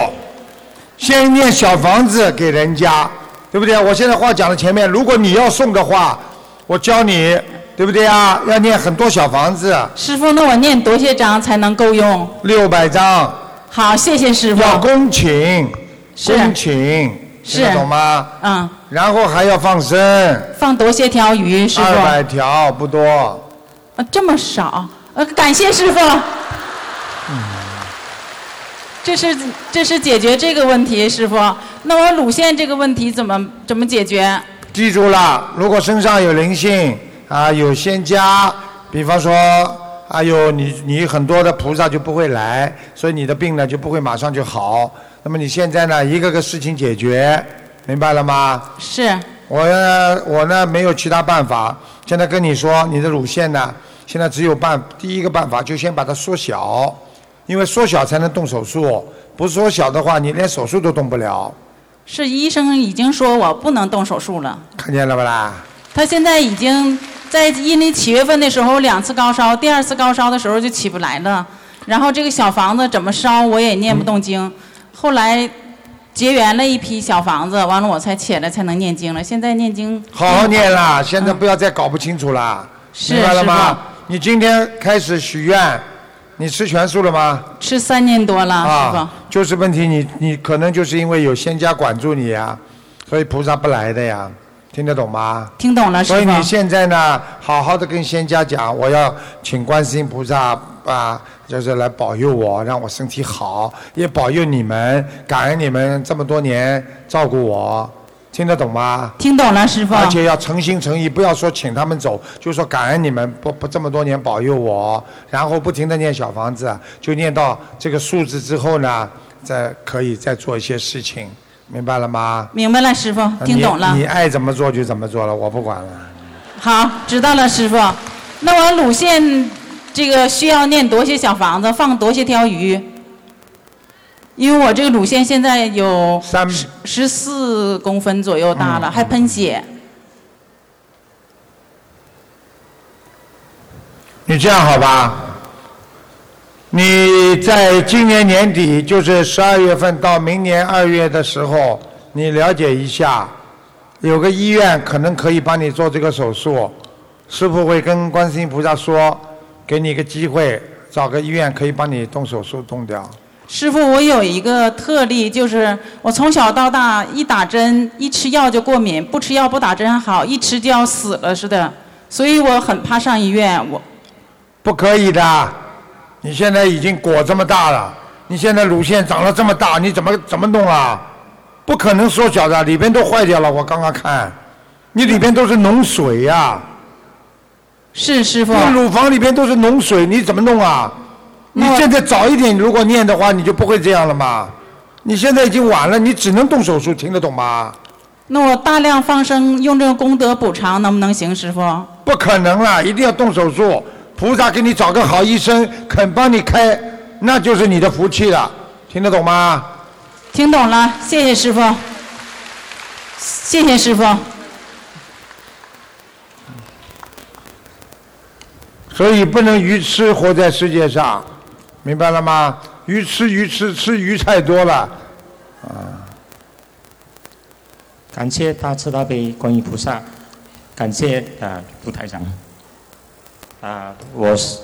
A: 先念小房子给人家，对不对？我现在话讲到前面，如果你要送的话，我教你，对不对啊？要念很多小房子，
M: 师傅，那我念多些章才能够用？
A: 六百张。
M: 好，谢谢师傅。
A: 要恭请，
M: 是
A: 恭请，
M: 是
A: 听得懂吗？
M: 嗯，
A: 然后还要放生，
M: 放多些条鱼，师
A: 二
M: 傅。
A: 百条不多。
M: 啊，这么少？呃，感谢师傅。这是这是解决这个问题，师傅。那我乳腺这个问题怎么怎么解决？
A: 记住了，如果身上有灵性啊，有仙家，比方说啊，有你你很多的菩萨就不会来，所以你的病呢就不会马上就好。那么你现在呢，一个个事情解决，明白了吗？
M: 是。
A: 我呢，我呢没有其他办法。现在跟你说，你的乳腺呢，现在只有办第一个办法，就先把它缩小，因为缩小才能动手术，不缩小的话，你连手术都动不了。
M: 是医生已经说我不能动手术了，
A: 看见了不啦？
M: 他现在已经在阴历七月份的时候两次高烧，第二次高烧的时候就起不来了。然后这个小房子怎么烧我也念不动经，后来结缘了一批小房子，完了我才起来才能念经了。现在念经嗯
A: 好好念啦，现在不要再搞不清楚啦，
M: 是
A: 明白了
M: 师
A: 吗
M: 傅？
A: 你今天开始许愿，你吃全素了吗？
M: 吃三年多了，师傅
A: 啊。，就是问题你，你可能就是因为有仙家管住你呀、所以菩萨不来的呀，听得懂吗？
M: 听懂了，师
A: 所
M: 傅。
A: 以你现在呢，好好的跟仙家讲，我要请观世音菩萨啊，就是来保佑我，让我身体好，也保佑你们，感恩你们这么多年照顾我，听得懂吗？
M: 听懂了，师傅。
A: 而且要诚心诚意，不要说请他们走，就说感恩你们不不这么多年保佑我，然后不停的念小房子，就念到这个数字之后呢，再可以再做一些事情，明白了吗？
M: 明白了，师傅，听懂了
A: 啊你。你爱怎么做就怎么做了，我不管了。
M: 好，知道了，师傅。那我乳腺这个需要念多些小房子，放多些条鱼，因为我这个乳腺现在有
A: 三
M: 十四公分左右大了，还喷血。
A: 你这样好吧？你在今年年底，就是十二月份到明年二月的时候，你了解一下，有个医院可能可以帮你做这个手术，师傅会跟观世音菩萨说，给你一个机会，找个医院可以帮你动手术动掉。
M: 师傅，我有一个特例，就是我从小到大一打针一吃药就过敏，不吃药不打针还好，一吃就要死了似的，所以我很怕上医院。我
A: 不可以的，你现在已经果这么大了，你现在乳腺长了这么大，你怎么怎么弄啊？不可能缩小的，里边都坏掉了，我刚刚看，你里边都是脓水呀、
M: 是师傅。
A: 那乳房里边都是脓水，你怎么弄啊？你现在早一点如果念的话，你就不会这样了嘛。你现在已经晚了，你只能动手术，听得懂吗？
M: 那我大量放生，用这个功德补偿，能不能行，师傅？
A: 不可能啦，一定要动手术。菩萨给你找个好医生，肯帮你开，那就是你的福气了，听得懂吗？
M: 听懂了，谢谢师傅，谢谢师傅。
A: 所以不能愚痴活在世界上，明白了吗？愚痴愚痴吃鱼太多了，啊，
N: 感谢大慈大悲观音菩萨，感谢啊卢台长。啊，我是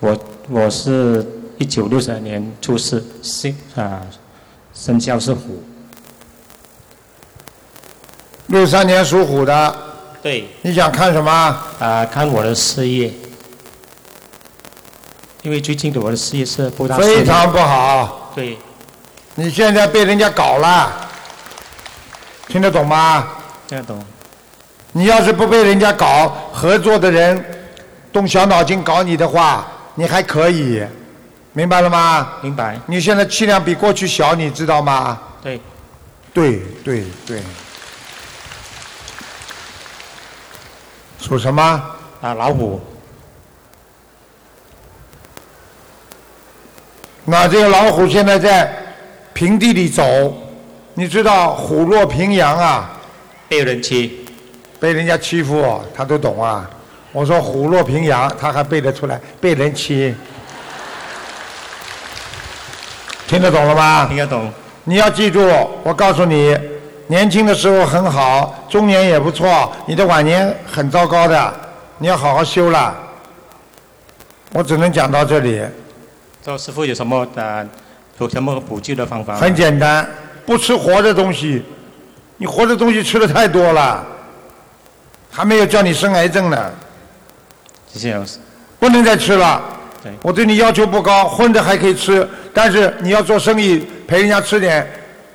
N: 我我是一九六三年出世，生啊生肖是虎，
A: 六三年属虎的，
N: 对。
A: 你想看什么？
N: 啊，看我的事业，因为最近的我的事业是不大顺
A: 非
N: 利
A: 常不。好。
N: 对，
A: 你现在被人家搞了，听得懂吗？
N: 听得懂。
A: 你要是不被人家搞，合作的人动小脑筋搞你的话，你还可以，明白了吗？
N: 明白。
A: 你现在气量比过去小，你知道吗？
N: 对。
A: 对对对。属什么？
N: 啊，老虎。
A: 那这个老虎现在在平地里走，你知道虎落平阳啊，
N: 被人欺，
A: 被人家欺负，他都懂啊。我说虎落平阳，他还背得出来，被人欺，听得懂了吗？听
N: 得懂。
A: 你要记住，我告诉你，年轻的时候很好，中年也不错，你的晚年很糟糕的，你要好好修了。我只能讲到这里。
N: 赵师傅有什么啊有什么补救的方法吗？
A: 很简单，不吃活的东西，你活的东西吃的太多了，还没有叫你生癌症呢，
N: 谢谢老师。
A: 不能再吃了
N: 对。
A: 我对你要求不高，荤的还可以吃，但是你要做生意陪人家吃点，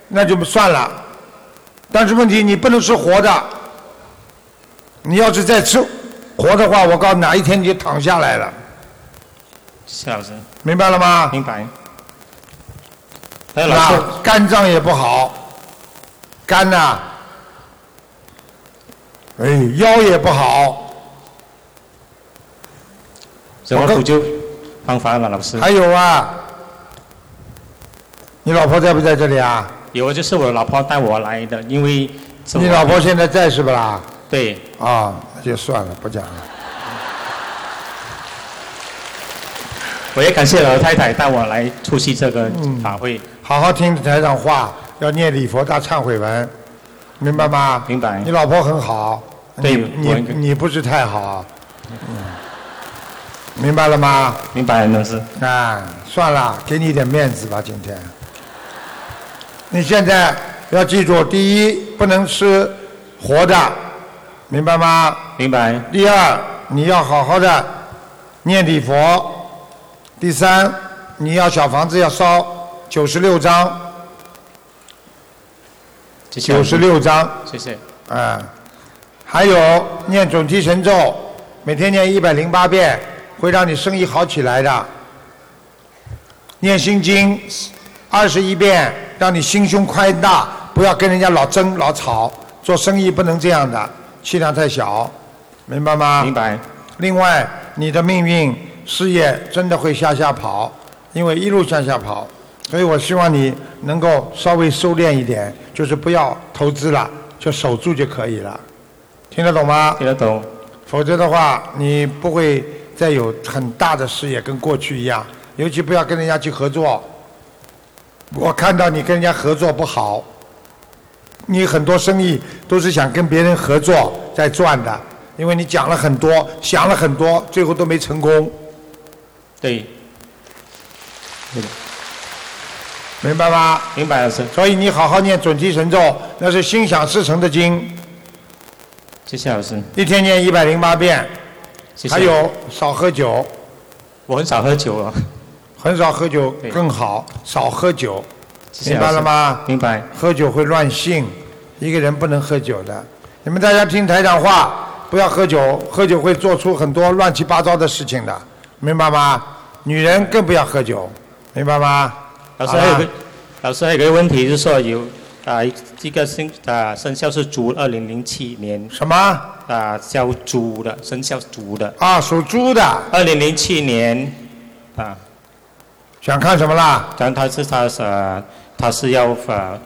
A: 那就算了。但是问题你不能吃活的，你要是再吃活的话，我告诉你哪一天你就躺下来了，
N: 谢谢老师。
A: 明白了吗？
N: 明白。哎，老师
A: 那，肝脏也不好，肝呐、哎，腰也不好，
N: 什么补救方法吗？老师？
A: 还有啊，你老婆在不在这里啊？
N: 有，就是我老婆带我来的，因为是我
A: 你老婆现在在是不啦？
N: 对
A: 啊，那就算了，不讲了。
N: 我也感谢老太太带我来出席这个法会。
A: 嗯好好听台长话，要念礼佛大忏悔文，明白吗？
N: 明白。
A: 你老婆很好，
N: 对
A: 你
N: 我
A: 你你不是太好，啊嗯，明白了吗？
N: 明白，老师。
A: 啊，算了，给你一点面子吧，今天。你现在要记住，第一，不能吃活的，明白吗？
N: 明白。
A: 第二，你要好好的念礼佛。第三，你要小房子要烧九十六章，
N: 谢谢老师
A: 96章。
N: 谢谢。
A: 啊、还有念准提神咒，每天念一百零八遍，会让你生意好起来的。念心经二十一遍，让你心胸宽大，不要跟人家老争老吵，做生意不能这样的，气量太小，明白吗？明
N: 白。
A: 另外，你的命运、事业真的会向下跑，因为一路向下跑，所以我希望你能够稍微收敛一点，就是不要投资了，就守住就可以了，听得懂吗？
N: 听得懂。
A: 否则的话，你不会再有很大的事业，跟过去一样。尤其不要跟人家去合作。我看到你跟人家合作不好，你很多生意都是想跟别人合作在赚的，因为你讲了很多，想了很多，最后都没成功。
N: 对。
A: 明白吗？
N: 明白了，是。
A: 所以你好好念准提神咒，那是心想事成的经，
N: 谢谢老师。
A: 一天念一百零八遍。
N: 谢谢
A: 还有少喝酒，
N: 我很少喝酒啊。
A: 很少喝酒更好，少喝酒，
N: 谢谢
A: 明白了
N: 老
A: 吗
N: 师？？明白。
A: 喝酒会乱性，一个人不能喝酒的。你们大家听台长话，不要喝酒，喝酒会做出很多乱七八糟的事情的，明白吗？女人更不要喝酒，明白吗？
N: 老师
A: 好
N: 还
A: 啦
N: 有个，老师还有个问题，就是说有啊，这个生啊生肖是猪，二零零七年
A: 什么
N: 啊，叫猪的生肖猪的
A: 啊，属猪的，
N: 二零零七年啊，
A: 想看什么啦？
N: 然后他是他是、啊、他是要啊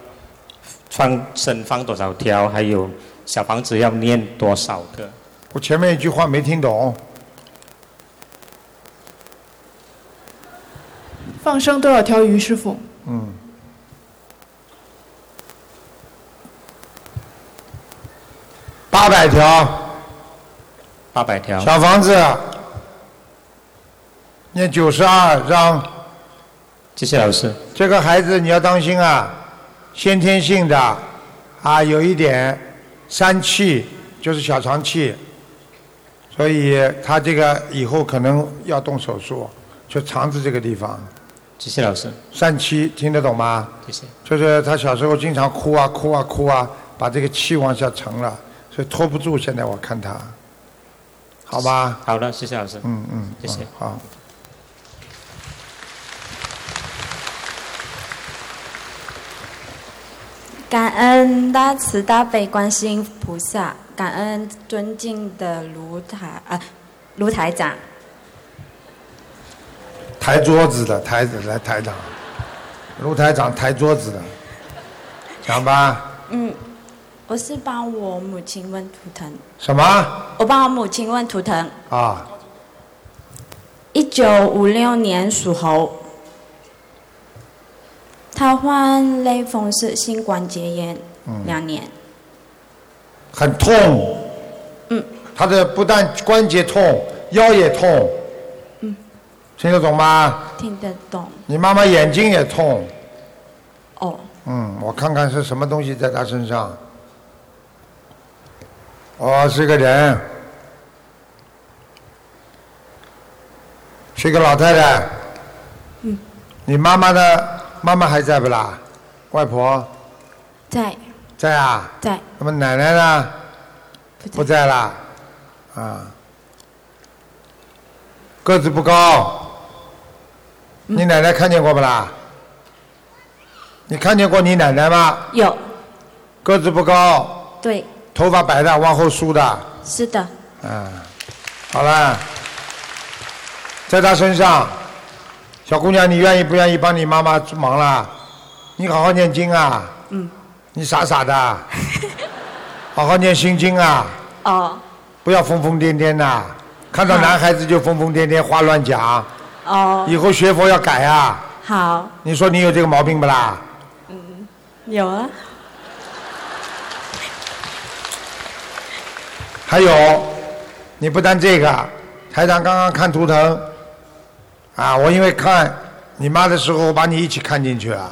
N: 放生放多少条，还有小房子要念多少个？
A: 我前面一句话没听懂，
O: 放生多少条鱼，师傅？
A: 嗯，八百条
N: 八百条。
A: 小房子，念九十二章。
N: 谢谢老师。
A: 这个孩子你要当心啊，先天性的啊，有一点三气，就是小肠气，所以他这个以后可能要动手术，就肠子这个地方。
N: 谢谢老师。
A: 三七听得懂吗？
N: 谢谢。
A: 就是他小时候经常哭啊哭啊哭啊，把这个气往下沉了，所以拖不住。现在我看他，好吧？
N: 好的，谢谢老师。
A: 嗯嗯，
N: 谢谢
A: 嗯。好。
P: 感恩大慈大悲观世音菩萨，感恩尊敬的卢台啊卢台长。
A: 抬桌子的台子来台长，卢台长抬桌子的，讲吧。
P: 嗯，我是帮我母亲问图腾，
A: 什么
P: 我帮我母亲问图腾。
A: 啊？
P: 一九五六年属猴，他患类风湿性关节炎
A: 嗯
P: 两年，
A: 很痛。
P: 嗯。
A: 他的不但关节痛，腰也痛。
P: 嗯。
A: 听得懂吗？
P: 听得懂
A: 你妈妈眼睛也痛。
P: 哦。
A: 嗯，我看看是什么东西在他身上。哦，是个人，是个老太太。
P: 嗯。
A: 你妈妈的妈妈还在不啦？外婆
P: 在
A: 在啊？
P: 在。
A: 那么奶奶呢？不在啦。啊。个子不高。你奶奶看见过不啦？你看见过你奶奶吗？
P: 有。
A: 个子不高，
P: 对，
A: 头发白的，往后梳的，
P: 是的，
A: 嗯，好了，在她身上，小姑娘，你愿意不愿意帮你妈妈忙啦？你好好念经啊，
P: 嗯，
A: 你傻傻的，
P: *laughs*
A: 好好念心经啊，
P: 哦
A: 不要疯疯癫癫的、看到男孩子就疯疯癫癫，话乱讲，
P: 嗯哦，
A: 以后学佛要改啊。
P: 好，
A: 你说你有这个毛病不啦？
P: 有啊，
A: 还有，你不单这个，台长刚刚看图腾，啊，我因为看你妈的时候，我把你一起看进去了。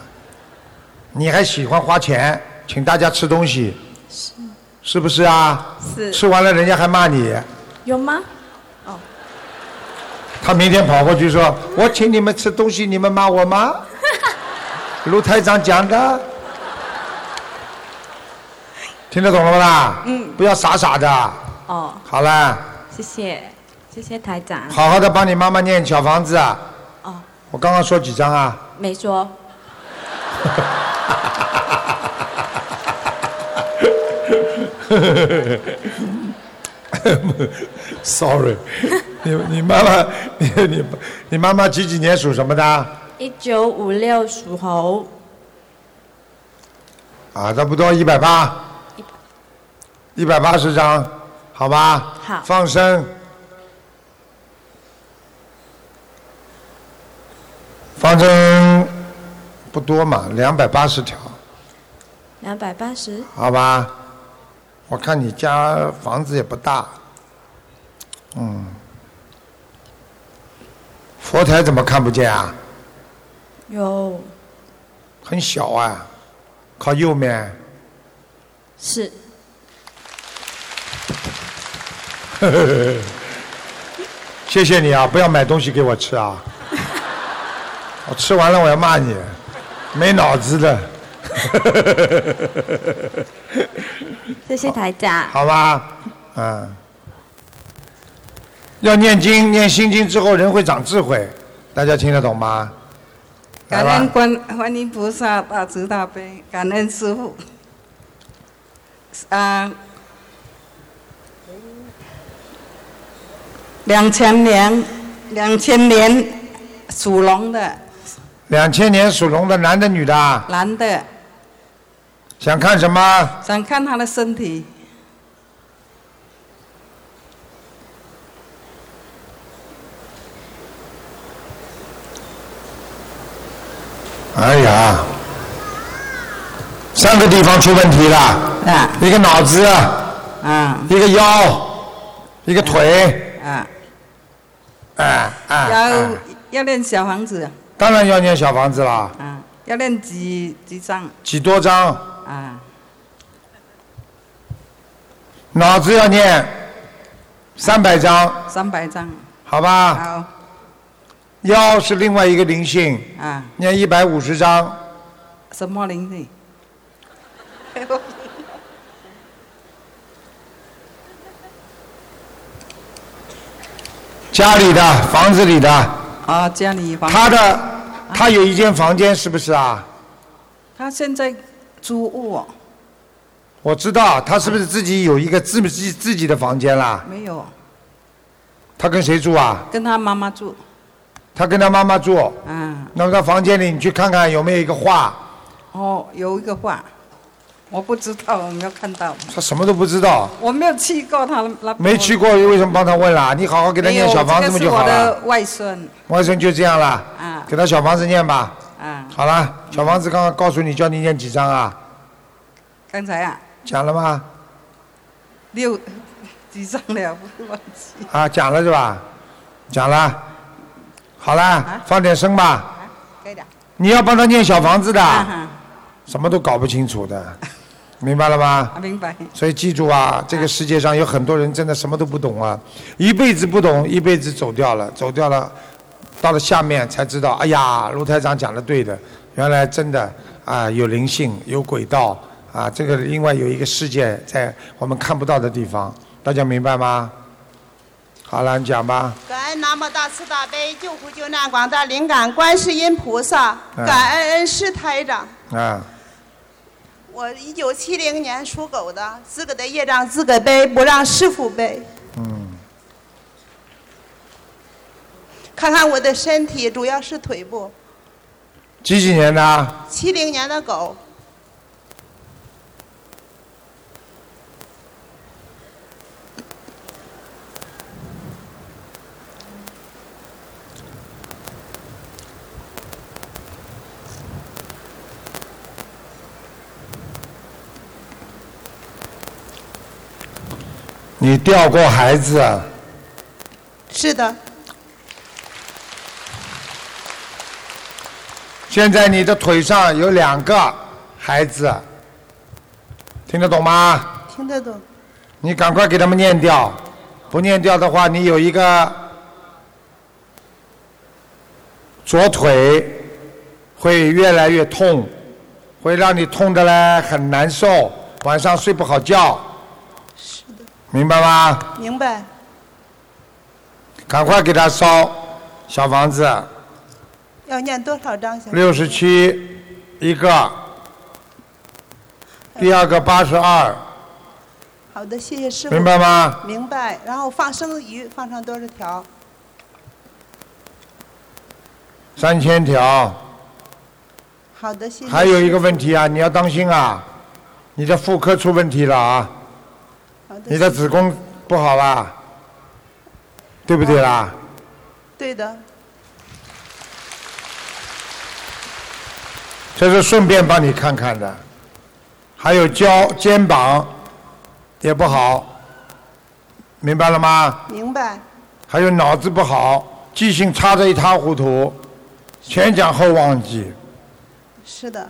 A: 你还喜欢花钱请大家吃东西，是不是啊？
P: 是
A: 吃完了人家还骂你，
P: 有吗？
A: 他明天跑过去说：“我请你们吃东西，你们骂我吗？”卢台长讲的，听得懂了不啦？
P: 嗯
A: 不要傻傻的，
P: 哦，
A: 好了。
P: 谢谢，谢谢台长。
A: 好好的帮你妈妈念小房子啊。
P: 哦。
A: 我刚刚说几张啊？ *laughs*
P: 没说，
A: Sorry，你你妈妈，你你你妈妈几几年属什么的？
P: 一九五六属猴，
A: 啊，差不多一百八，一百八十张，好吧？
P: 好
A: 放生，放生不多嘛，两百八十条，
P: 两百八十，
A: 好吧？我看你家房子也不大，嗯，佛台怎么看不见啊？
P: 有
A: 很小啊，靠右面。 *laughs*
G: 是
A: 呵呵呵谢谢你啊，不要买东西给我吃啊！ *laughs* 我吃完了我要骂你，没脑子的， *laughs*
P: 谢谢台长。
A: 好吧？嗯，要念经，念心经之后人会长智慧，大家听得懂吗？来
Q: 感
A: 吧
Q: 恩观观音菩萨大慈大悲，感恩师傅。啊，两千年，两千年属龙的
A: 两千年属龙的男的女的啊，
Q: 男的，
A: 想看什么？
Q: 想看他的身体，
A: 哎呀，三个地方出问题了，
Q: 啊
A: 一个脑子，
Q: 啊，
A: 一个腰，一个腿，
Q: 啊，
A: 哎哎，哎
Q: 要要练小房子，
A: 当然要念小房子啦，
Q: 啊，要练几几张，
A: 几多张？
Q: 啊，
A: 脑子要念三百张，
Q: 三百张， *laughs*
A: 好吧？
Q: 好。
A: 腰是另外一个灵性，
Q: 啊，
A: 念一百五十张，
Q: 什么灵力？
A: 家里的、房子里的，
Q: 啊，家里房啊
A: 他的他有一间房间是不是啊？
Q: 他现在租屋哦，
A: 我知道他是不是自己有一个自己自己的房间啦？
Q: 没有
A: 他跟谁住啊？
Q: 跟他妈妈住，
A: 他跟他妈妈住。
Q: 啊，
A: 那么他房间里你去看看有没有一个画，
Q: 哦，有一个话，我不知道，我没有看到，
A: 他什么都不知道，
Q: 我没有去过他那边，
A: 没去过为什么帮他问啦？你好好给他
Q: 没
A: 念
Q: 有
A: 小房子不就好
Q: 这个是
A: 了？
Q: 我的外孙，
A: 外甥就这样啦，
Q: 啊
A: 给他小房子念吧。
Q: 啊，
A: 好了，小房子刚刚告诉你叫你念几张啊？
Q: 刚才啊，
A: 讲了吗？
Q: 六几张了，不忘记，
A: 啊，讲了是吧？讲了，好
Q: 啊
A: 了，放点声吧。
Q: 可以的，
A: 你要帮他念小房子的，
Q: 啊
A: 什么都搞不清楚的，明白了吗？
Q: 哈，啊明白，
A: 所以记住啊，这个世界上有很多人真的什么都不懂啊，一辈子不懂，一辈子走掉了，走掉了，到了下面才知道，哎呀，卢台长讲的对的，原来真的啊有灵性，有轨道啊，这个另外有一个世界在我们看不到的地方，大家明白吗？好了，你讲吧。
R: 感恩南无大慈大悲救苦救难广大灵感观世音菩萨，
A: 嗯
R: 感恩恩师台长。
A: 啊，
R: 我一九七零年属狗的，自个的业障自个背，不让师傅背。
A: 嗯，
R: 看看我的身体，主要是腿部。
A: 几几年的？
R: 七零年的狗，
A: 你掉过孩子？
R: 是的，
A: 现在你的腿上有两个孩子，听得懂吗？
R: 听得懂。
A: 你赶快给他们念掉，不念掉的话，你有一个左腿会越来越痛，会让你痛的嘞很难受，晚上睡不好觉。明白吗？
R: 明白。
A: 赶快给他烧小房子，
R: 要念多少章行？
A: 六十。七一个，第二个八十二。
R: 好的，谢谢师傅。
A: 明白吗？
R: 明白。然后放生鱼，放上多少条？
A: 三千条。
R: 好的，谢谢。
A: 还有一个问题啊，你要当心啊，你的妇科出问题了啊，
R: 好的。
A: 你的子宫不好啦，对不对啦？
R: 对的，
A: 这是顺便帮你看看的。还有腰、肩膀也不好，明白了吗？
R: 明白。
A: 还有脑子不好，记性差得一塌糊涂，前讲后忘记，
R: 是的，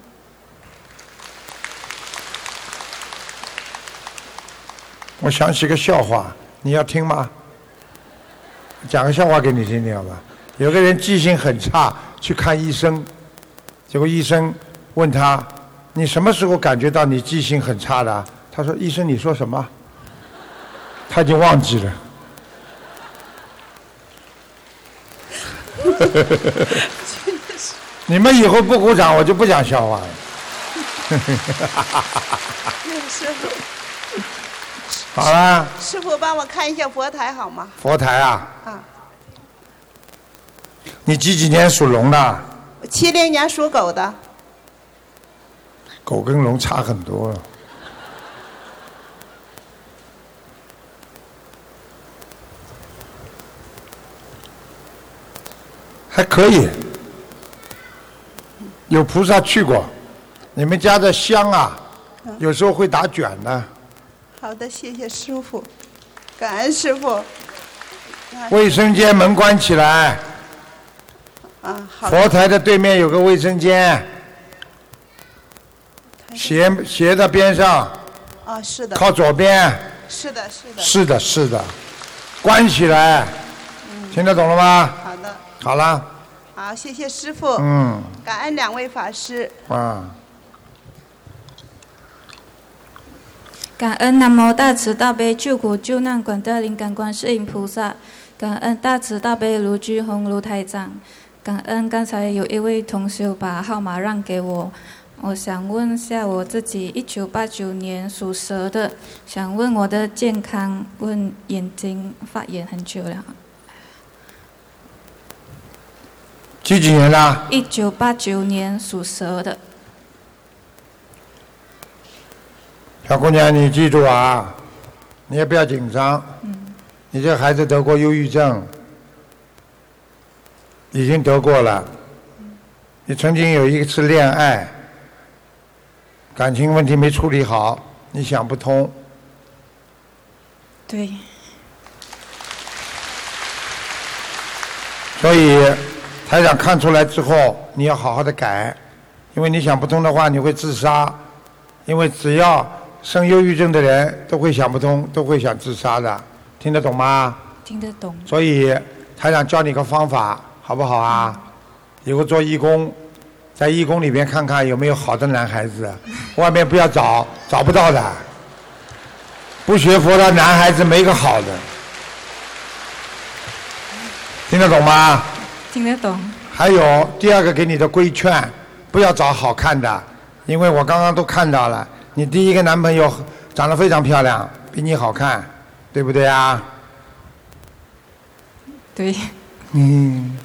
R: *laughs*
A: 我想起个笑话，你要听吗？讲个笑话给你听听好吧？有个人记性很差，去看医生，结果医生问他：“你什么时候感觉到你记性很差的啊？”他说：“医生，你说什么？”他已经忘记了。你们以后不鼓掌，我就不讲笑话了。 *laughs*
R: 师傅，
A: 好啦，
R: 师傅帮我看一下佛台好吗？
A: 佛台啊，
R: 啊，
A: 你几几年属龙的？
R: 七零年属狗的，
A: 狗跟龙差很多啊了。还可以，有菩萨去过。你们家的香啊，有时候会打卷的、
R: 好的，谢谢师傅，感恩师傅。感恩
A: 卫生间门关起来，
R: 啊，好
A: 佛台的对面有个卫生间，斜斜的边上，
R: 啊，是的，
A: 靠左边。
R: 是的，是的，
A: 是的，是的，关起来，听得懂了吗？
R: 嗯好的，
A: 好了，
R: 好，谢谢师傅，
A: 嗯，
R: 感恩两位法师。
A: 啊，
F: 感恩南无大慈大悲救苦救难广大灵感观世音菩萨，感恩大慈大悲卢居宏卢台长，感恩刚才有一位同学把号码让给我，我想问下我自己，一九八九年属蛇的，想问我的健康，问眼睛发炎很久了，
A: 几几年的？
F: 一九八九年属蛇的，
A: 小姑娘，你记住啊，你也不要紧张。你这孩子得过忧郁症，已经得过了。你曾经有一次恋爱，感情问题没处理好，你想不通。
F: 对，
A: 所以台长看出来之后，你要好好的改，因为你想不通的话，你会自杀。因为只要生忧郁症的人都会想不通，都会想自杀的，听得懂吗？
F: 听得懂。
A: 所以台长教你个方法，好不好啊？以后做义工，在义工里边看看有没有好的男孩子，外面不要找，找不到的。不学佛的男孩子没个好的，听得懂吗？
F: 听得懂。
A: 还有第二个给你的规劝，不要找好看的，因为我刚刚都看到了，你第一个男朋友长得非常漂亮，比你好看，对不对啊？
F: 对。
A: 嗯。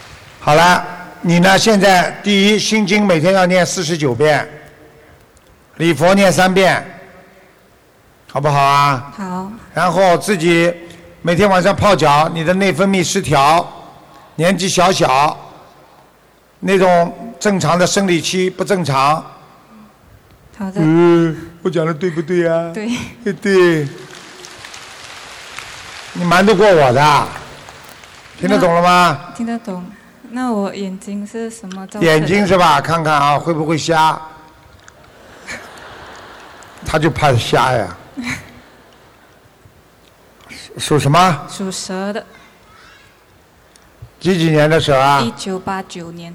A: *laughs* 好了，你呢？现在第一心经每天要念四十九遍，礼佛念三遍，好不好啊？
F: 好，
A: 然后自己每天晚上泡脚，你的内分泌失调，年纪小小，那种正常的生理期不正常。
F: 好的。
A: 嗯，我讲的对不对啊？
F: 对。
A: 对。你瞒得过我的，听得懂了吗？
F: 听得懂。那我眼睛是什么造成的？
A: 眼睛是吧？看看啊，会不会瞎？他就怕瞎呀。属属什么？
F: 属蛇的，
A: 几几年的蛇啊？
F: 一九八九年。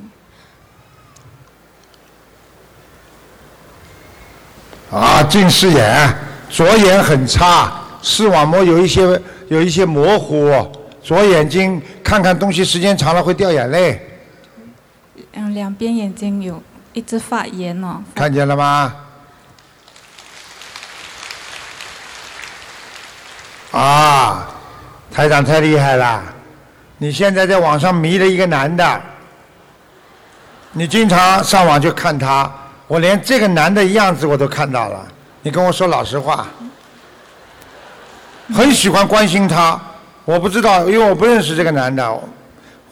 A: 啊，近视眼，左眼很差，视网膜有一些有一些模糊，左眼睛看看东西时间长了会掉眼泪，
F: 嗯，两边眼睛有一直发炎哦。
A: 看见了吗？啊，台长太厉害了！你现在在网上迷了一个男的，你经常上网去看他，我连这个男的样子我都看到了。你跟我说老实话，很喜欢关心他，我不知道，因为我不认识这个男的，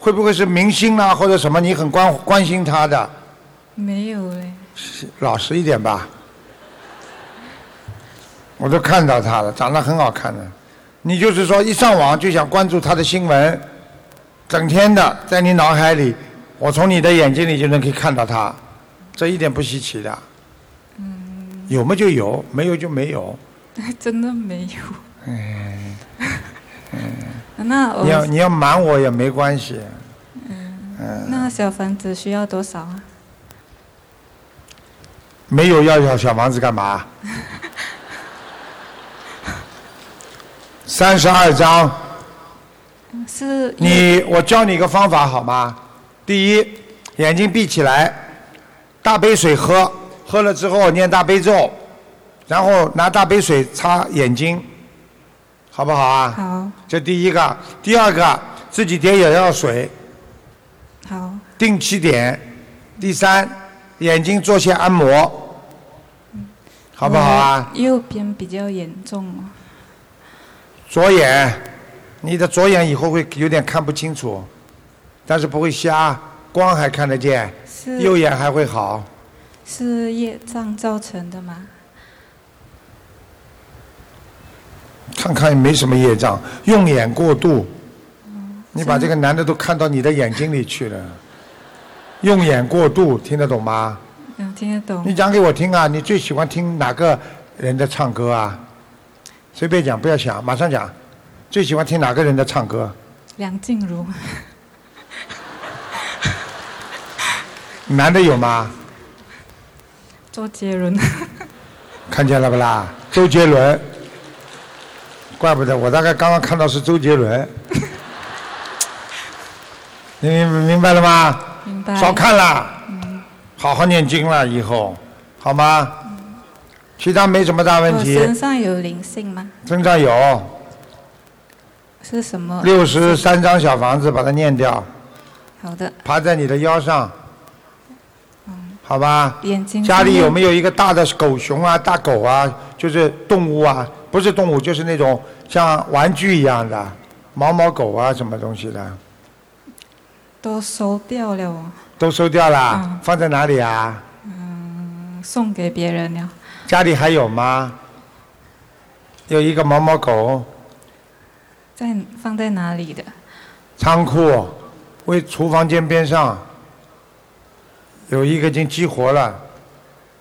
A: 会不会是明星啦、或者什么？你很关关心他的，
F: 没有嘞， *laughs*
A: 老实一点吧。我都看到他了，长得很好看的。你就是说一上网就想关注他的新闻，整天的在你脑海里，我从你的眼睛里就能可以看到他，这一点不稀奇的。嗯。有么就有，没有就没有。
F: 真的没有。
A: 哎，
F: *laughs* 那我
A: 嗯你要你要瞒我也没关系。嗯，
F: 那小房子需要多少啊？
A: 没有要小小房子
F: *laughs*
A: 干嘛？三十二章，
F: 是
A: 你我教你一个方法好吗？第一，眼睛闭起来，大杯水喝，喝了之后念大悲咒，然后拿大杯水擦眼睛，好不好啊？
F: 好，
A: 这第一个，第二个自己点眼药水，
F: 好，
A: 定期点。第三，眼睛做些按摩，好不好啊？？
F: 右边比较严重哦，
A: 左眼，你的左眼以后会有点看不清楚，但是不会瞎，光还看得见，
F: 是
A: 右眼还会好。
F: 是业障造成的吗？
A: 看看也没什么业障，用眼过度，你把这个男的都看到你的眼睛里去了，用眼过度，听得懂吗？
F: 嗯，听得懂。
A: 你讲给我听啊！你最喜欢听哪个人的唱歌啊？随便讲，不要想，马上讲。最喜欢听哪个人的唱歌？
F: 梁静 *laughs* 茹
A: 男的有吗？
F: 周杰伦，
A: 看见了不啦？周杰伦，怪不得我大概刚刚看到是周杰伦。 *laughs* 你明明白了吗？
F: 明白。嗯
A: 少看啦，好好念经了，以后好吗？其他没什么大问
F: 我
A: 题，
F: 哦身哦上有灵性吗？
A: 身上有
F: 是什么？
A: 六十。三张小房子，把它念掉，
F: 好的，
A: 爬在你的腰上，
F: 嗯
A: 好吧？
F: 眼睛。
A: 家里有没有一个大的狗熊啊、大狗啊，就是动物啊，不是动物，就是那种像玩具一样的毛毛狗啊，什么东西的，
F: 都收掉了哦？
A: 都收掉啦，放在哪里啊？
F: 嗯送给别人了。
A: 家里还有吗？有一个毛毛狗，
F: 在放在哪里的？
A: 仓库，为厨房间边上，有一个已经激活了，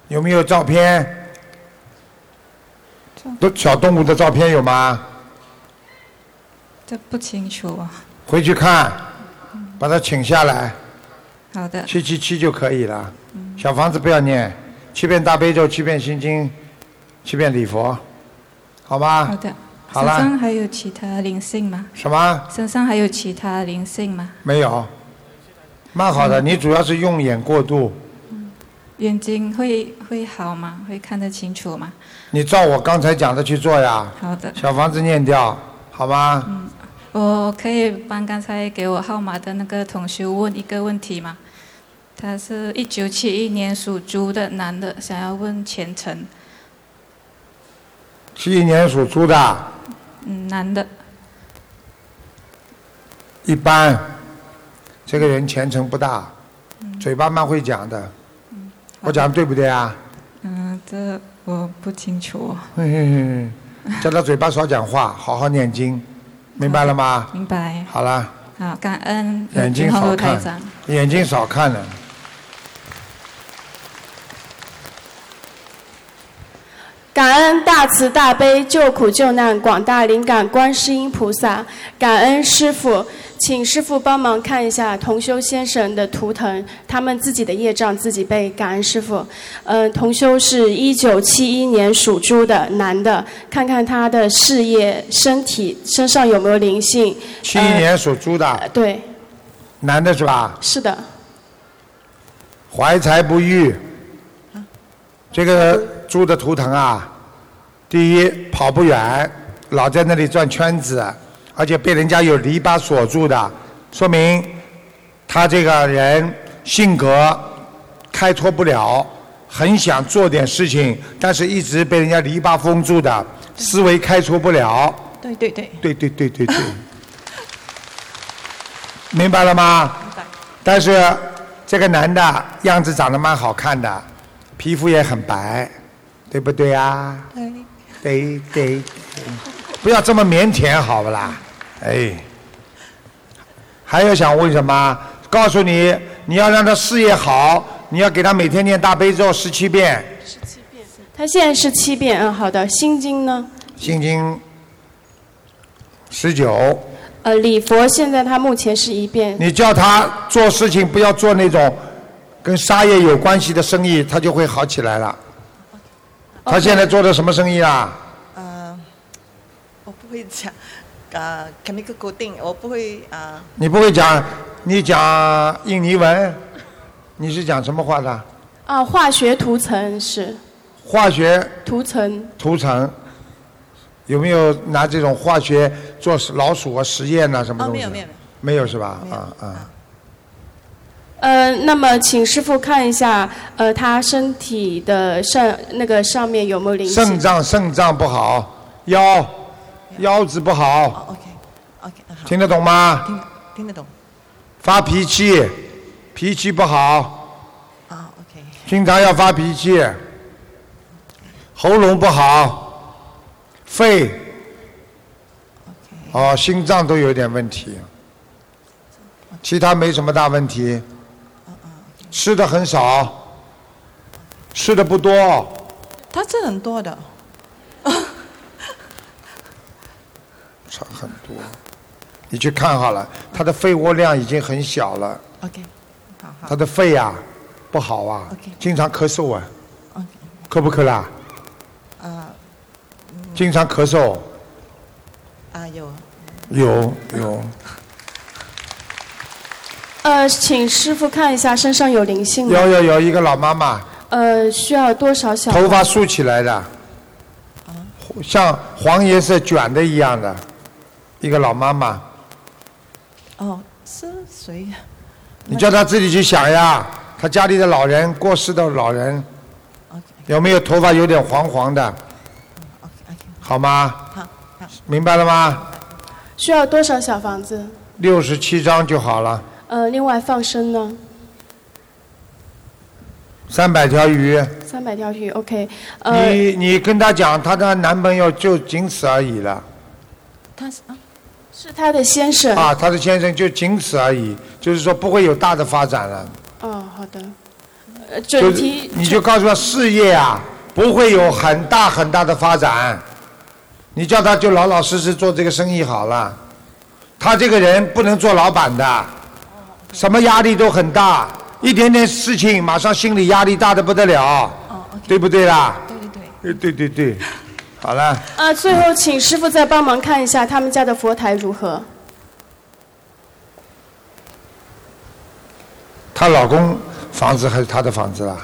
A: 有没有照片？都小动物的照片有吗？
F: 这不清楚啊。
A: 回去看，把它请下来，
F: 好的，
A: 七七七就可以了。小房子不要念，七遍大悲咒，七遍心经，七遍礼佛，好吗？
F: 好的。
A: 啊好
F: 身
A: 啦
F: 上还有其他灵性吗？
A: 什么？
F: 身上还有其他灵性吗？
A: 没有，蛮好的。
F: 嗯
A: 你主要是用眼过度，
F: 眼睛会会好吗？会看得清楚吗？
A: 你照我刚才讲的去做呀。
F: 好的，嗯
A: 小房子念掉，好吗？
F: 我可以帮刚才给我号码的那个同学问一个问题吗？他是一九七一年属猪的男的，想要问前程，
A: 七一年属猪的，
F: 嗯，男的，
A: 一般，这个人前程不大，嘴巴蛮会讲的，我讲得对不对啊？
F: 嗯，这我不清楚哦，
A: 嗯，叫他嘴巴少讲话，好好念经，明白了吗？
F: 明白。
A: 好了，
F: 好，感恩呃
A: 眼睛
F: 洪
A: 少
F: 楼台
A: 看
F: 长。，
A: 眼睛少看了。
S: 感恩大慈大悲救苦救难广大灵感观世音菩萨，感恩师傅，请师傅帮忙看一下同修先生的图腾，他们自己的业障自己背。感恩师傅，呃，同修是一九七一年属猪的男的，看看他的事业、身体、身上有没有灵性。呃
A: 七一年属猪的，
S: 对，
A: 男的是吧？
S: 是的，
A: 怀才不遇。这个猪的图腾啊，第一跑不远，老在那里转圈子，而且被人家有篱笆锁住的，说明他这个人性格开拓不了，很想做点事情，但是一直被人家篱笆封住的，思维开拓不了。
T: 对对对，
A: 对对对对对， *laughs* 明白了吗？但是这个男的样子长得蛮好看的，皮肤也很白，对不对啊？
T: 对，
A: 对对，对不要这么腼腆，好不啦？哎，还有想问什么？告诉你，你要让他事业好，你要给他每天念大悲咒十七遍，
S: 他现在是七遍，嗯，好的。心经呢？
A: 心经十九，
S: 呃，礼佛现在他目前是一遍。
A: 你叫他做事情不要做那种跟沙业有关系的生意，他就会好起来了。他现在做的什么生意啊？
T: 呃，我不会讲，呃，肯定个固定，我不会啊、
A: 你不会讲，你讲印尼文，你是讲什么话的？
S: 啊，化学涂层是
A: 化学
S: 涂层，
A: 涂层，有没有拿这种化学做老鼠啊实验啊什么
T: 哦
A: 东西？
T: 没有没有没有
A: 没有是吧？啊啊，
S: 呃，那么请师傅看一下，呃，他身体的上那个上面有没有灵性？
A: 肾脏肾脏不好，腰腰子不
T: 哦
A: 好，听得懂吗？
T: 嗯听得懂
A: 发脾气，脾气不好，
T: 啊？OK，
A: 经常要发脾气，喉咙不好，肺哦，心脏都有点问题，其他没什么大问
T: 嗯
A: 题。吃的很少，吃的不多，
T: 他是很多
Q: *laughs*
T: 的，
A: 差很多。你去看好了，他的肺活量已经很小了。
T: OK，
A: 他的肺啊不好啊经常咳嗽啊。咳不咳啦？ *laughs*
T: 啊
A: 经常咳嗽，
T: 啊有
A: 有有。
S: 呃，请师傅看一下身上有灵性吗？
A: 有有。有一个老妈妈，
S: 呃，需要多少小？
A: 头发竖起来的，像黄颜色卷的一样的，一个老妈妈，
T: 哦是谁？
A: 你叫她自己去想呀。她家里的老人，过世的老人，有没有头发有点黄黄的？好吗？
T: 好，
A: 明白了吗？
S: 需要多少小房子？
A: 六十七张就好了，
S: 呃，另外放生呢？
A: 三百条鱼。
S: 三百条鱼，OK。呃，
A: 你你跟她讲，她的男朋友就仅此而已了。
S: 他是啊，是他的先生。
A: 啊，她的先生就仅此而已，就是说不会有大的发展了。
S: 哦，好的。呃，
A: 就
S: 准
A: 是
S: 提
A: 你就告诉他事业啊，不会有很大很大的发展。你叫他就老老实实做这个生意好了。他这个人不能做老板的，什么压力都很大，一点点事情马上心理压力大的不得了，对不哦对啦？对对对。对对对，好了，
S: 啊，最后请师傅再帮忙看一下他们家的佛台如何。
A: 她老公房子还是她的房子啦？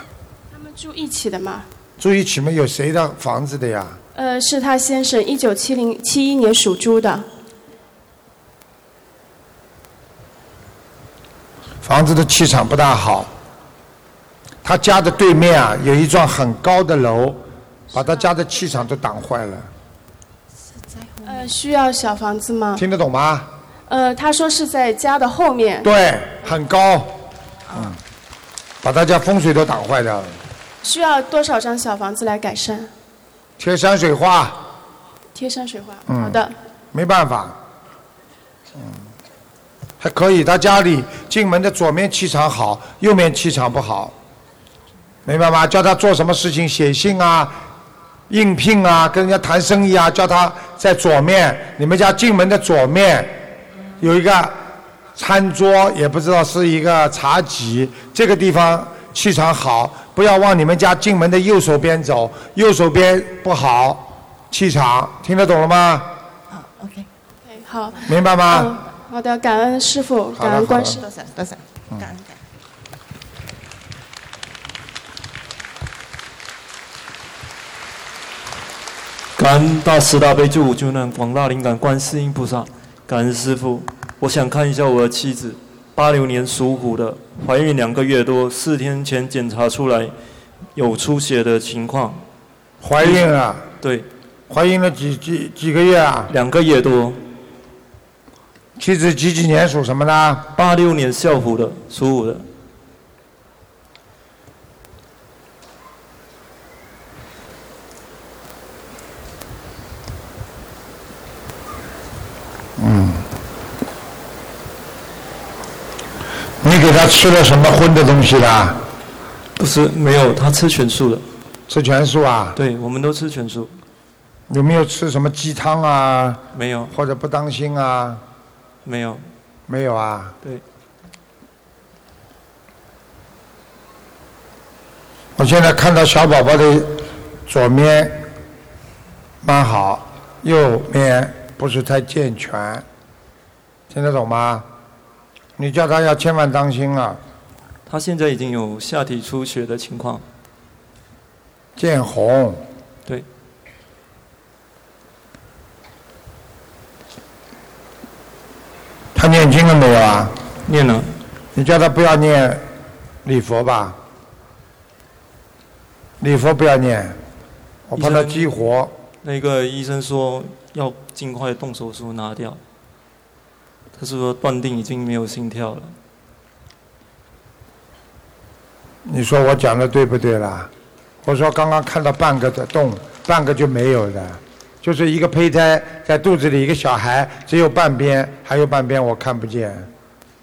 S: 他们住一起的嘛？
A: 住一起嘛，有谁的房子的呀？
S: 呃，是他先生，一九七零七一年属猪的。
A: 房子的气场不大好。他家的对面啊，有一幢很高的楼，把他家的气场都挡坏了。
S: 呃，需要小房子吗？
A: 听得懂吗？
S: 呃，他说是在家的后面。
A: 对，很高，嗯，把他家风水都挡坏掉了。
S: 需要多少张小房子来改善？
A: 贴山水画，
S: 贴山水画。
A: 嗯
S: 好的，
A: 没办法，嗯，还可以。他家里进门的左面气场好，右面气场不好，明白吗？叫他做什么事情，写信啊，应聘啊，跟人家谈生意啊，叫他在左面，你们家进门的左面有一个餐桌，也不知道是一个茶几，这个地方气场好，不要往你们家进门的右手边走，右手边不好，气场听得懂了吗？
S: 对好。
A: 明白吗？
S: 嗯好的，感恩师傅，
A: 好了
S: 感恩观世
A: 好
T: 多。少多少？
A: 嗯
T: 感恩
U: 感恩大慈大悲救苦救难广大灵感观世音菩萨，感恩师傅。我想看一下我的妻子，八六年属虎的，怀孕两个月多，四天前检查出来有出血的情况。
A: 怀孕了？
U: 对。
A: 怀孕了几几几个月啊？
U: 两个月多。
A: 妻子几几年属什么呢？
U: 八六年校虎的，属虎的。
A: 嗯。你给他吃了什么荤的东西啦？
U: 不是，没有，他吃全素的。
A: 吃全素啊？
U: 对，我们都吃全素。
A: 有没有吃什么鸡汤啊？
U: 没有。
A: 或者不当心啊？
U: 没有。
A: 没有啊？
U: 对。
A: 我现在看到小宝宝的左面蛮好，右面不是太健全，听得懂吗？你叫他要千万当心啊！
U: 他现在已经有下体出血的情况，
A: 见红。
U: 对。
A: 他念经了没有啊？
U: 念了。
A: 你叫他不要念礼佛吧，礼佛不要念，我
U: 医
A: 怕哦他
U: 生
A: 激活。
U: 那个医生说要尽快动手术拿掉，他是说断定已经没有心跳了。
A: 你说我讲的对不对啦？我说刚刚看到半个的洞，半个就没有的，就是一个胚胎在肚子里，一个小孩只有半边，还有半边我看不见，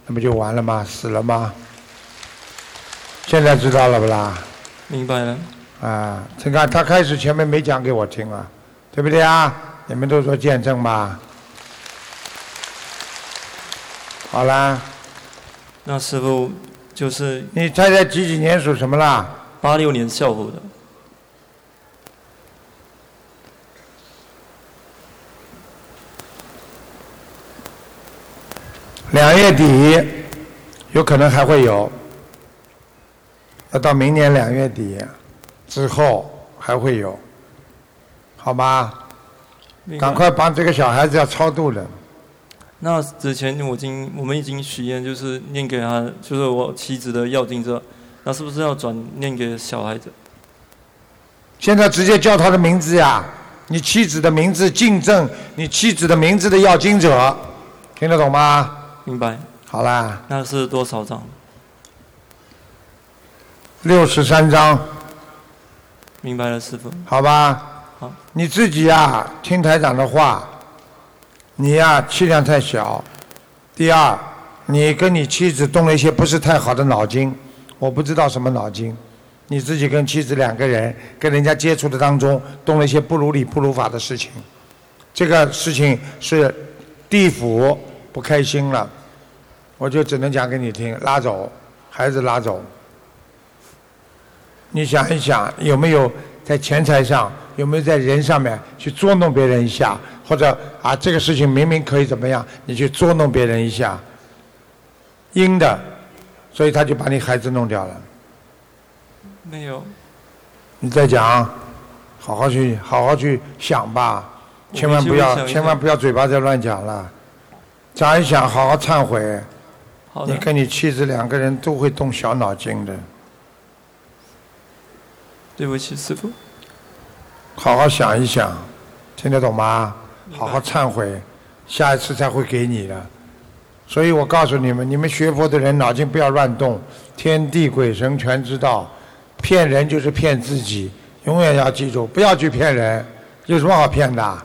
A: 那不就完了吗？死了吗？现在知道了不啦？
U: 明白了，
A: 啊，你看他开始前面没讲给我听啊，对不对啊？你们都说见证吧。好啦，
U: 那师傅就是
A: 你猜猜几几年属什么啦？
U: 八六年校服的，
A: 两月底，有可能还会有，要到明年两月底之后还会有，好吗？
U: 明白
A: 赶快帮这个小孩子要超度了。
U: 那之前我已经我们已经许愿，就是念给他，就是我妻子的要经者，那是不是要转念给小孩子？
A: 现在直接叫他的名字呀，你妻子的名字敬正，你妻子的名字的要经者，听得懂吗？
U: 明白？
A: 好啦，
U: 那是多少张？
A: 六十三章，
U: 明白了，师傅。
A: 好吧？
U: 好，
A: 你自己呀、听台长的话，你呀、气量太小。第二，你跟你妻子动了一些不是太好的脑筋，我不知道什么脑筋。你自己跟妻子两个人跟人家接触的当中，动了一些不如理不如法的事情，这个事情是地府不开心了，我就只能讲给你听，拉走孩子拉走。你想一想，有没有在钱财上，有没有在人上面去捉弄别人一下，或者啊，这个事情明明可以怎么样，你去捉弄别人一下，阴的，所以他就把你孩子弄掉了。
U: 没有，
A: 你再讲，好好去，好好去想吧，
U: 我
A: 千万不
U: 回去
A: 要，
U: 会想一想
A: 千万不要嘴巴再乱讲了，想一想，好好忏悔。
U: 好的
A: 你跟你妻子两个人都会动小脑筋的，
U: 对不起，师傅。
A: 好好想一想，听得懂吗？好好忏悔，下一次才会给你的。所以我告诉你们，你们学佛的人脑筋不要乱动，天地鬼神全知道，骗人就是骗自己，永远要记住，不要去骗人，有什么好骗的？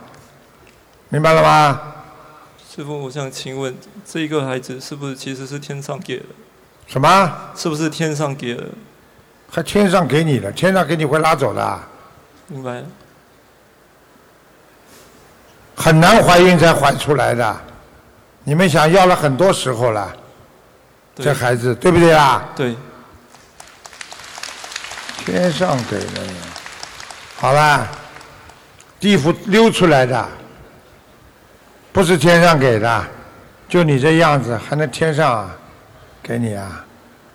A: 明白了吗？
U: 师傅，我想请问，这个孩子是不是其实是天上给的？
A: 什么？
U: 是不是天上给的？
A: 还天上给你的，天上给你会拉走的啊，
U: 明白了，
A: 很难怀孕才怀出来的。你们想要了很多时候了，
U: 对
A: 这孩子对不对啊？
U: 对，
A: 天上给的，好啦，地府溜出来的，不是天上给的，就你这样子还能天上啊给你啊？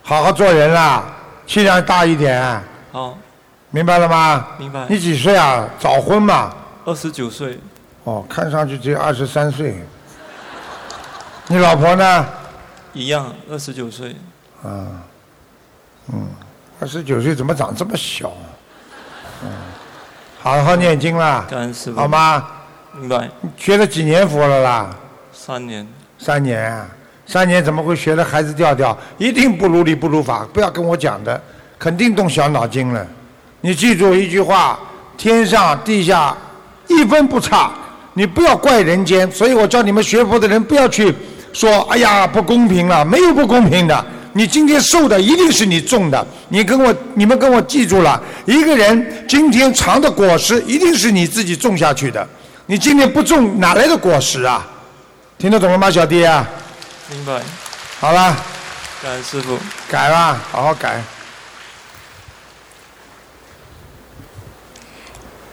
A: 好好做人啦，气量大一点，
U: 好，
A: 明白了吗？
U: 明白
A: 你几岁啊？早婚嘛？
U: 二十九岁，
A: 哦，看上去只有二十三岁。你老婆呢？
U: 一样，二十九岁，
A: 啊，嗯，二十九岁怎么长这么小？嗯，好好念经啦，
U: 感恩师傅。
A: 好？吗？
U: 明白，
A: 学了几年佛了啦？
U: 三年，
A: 三年啊，三年怎么会学的孩子调调？一定不如理不如法，不要跟我讲的，肯定动小脑筋了。你记住一句话：天上地下一分不差，你不要怪人间。所以我叫你们学佛的人不要去说，哎呀不公平了，没有不公平的，你今天瘦的一定是你种的。你跟我，你们跟我记住了，一个人今天尝的果实一定是你自己种下去的。你今天不种，哪来的果实啊？听得懂了吗，小弟啊？
U: 明白，
A: 好了，
U: 感恩师傅。
A: 改吧，好好改。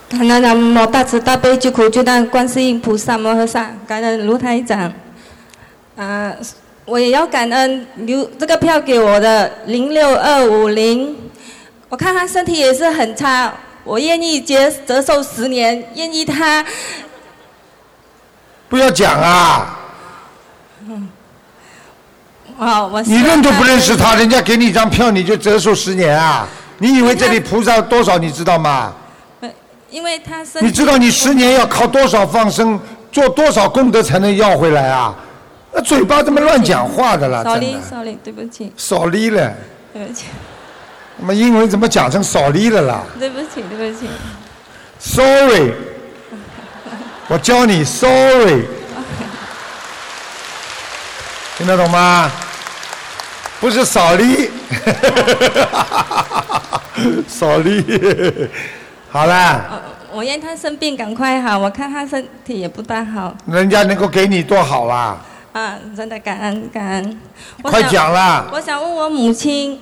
G: 感恩南无大慈大悲救苦救难观世音菩萨摩诃萨，感恩卢台长。啊，我也要感恩留这个票给我的零六二五零，我看他身体也是很差，我愿意接折寿十年，愿意他
A: 不要讲啊！
G: 啊，我希
A: 你
G: 望
A: 认都
G: 他
A: 不认识他，人家给你一张票，你就折寿十年啊？你以为这里菩萨多少，你知道吗？
G: 因为他身体
A: 你知道你十年要靠多少放生，做多少功德才能要回来啊？那嘴巴怎么乱讲话的啦？真
G: ，sorry
A: 的，
G: sorry，对不起，
A: 少离了，
G: 对不起， *laughs*
A: 他妈英文怎么讲成少离了啦
G: 对不起，对不起，
A: ？Sorry，我教你 Sorry，听得懂吗？不是少离， *laughs* 少离，好啦，
G: 哦我愿他生病赶快好，我看他身体也不大好
A: 人家能够给你多好啊！
G: 啊，真的感恩感恩。我
A: 快
G: 想
A: 讲啦
G: 我想问我母亲，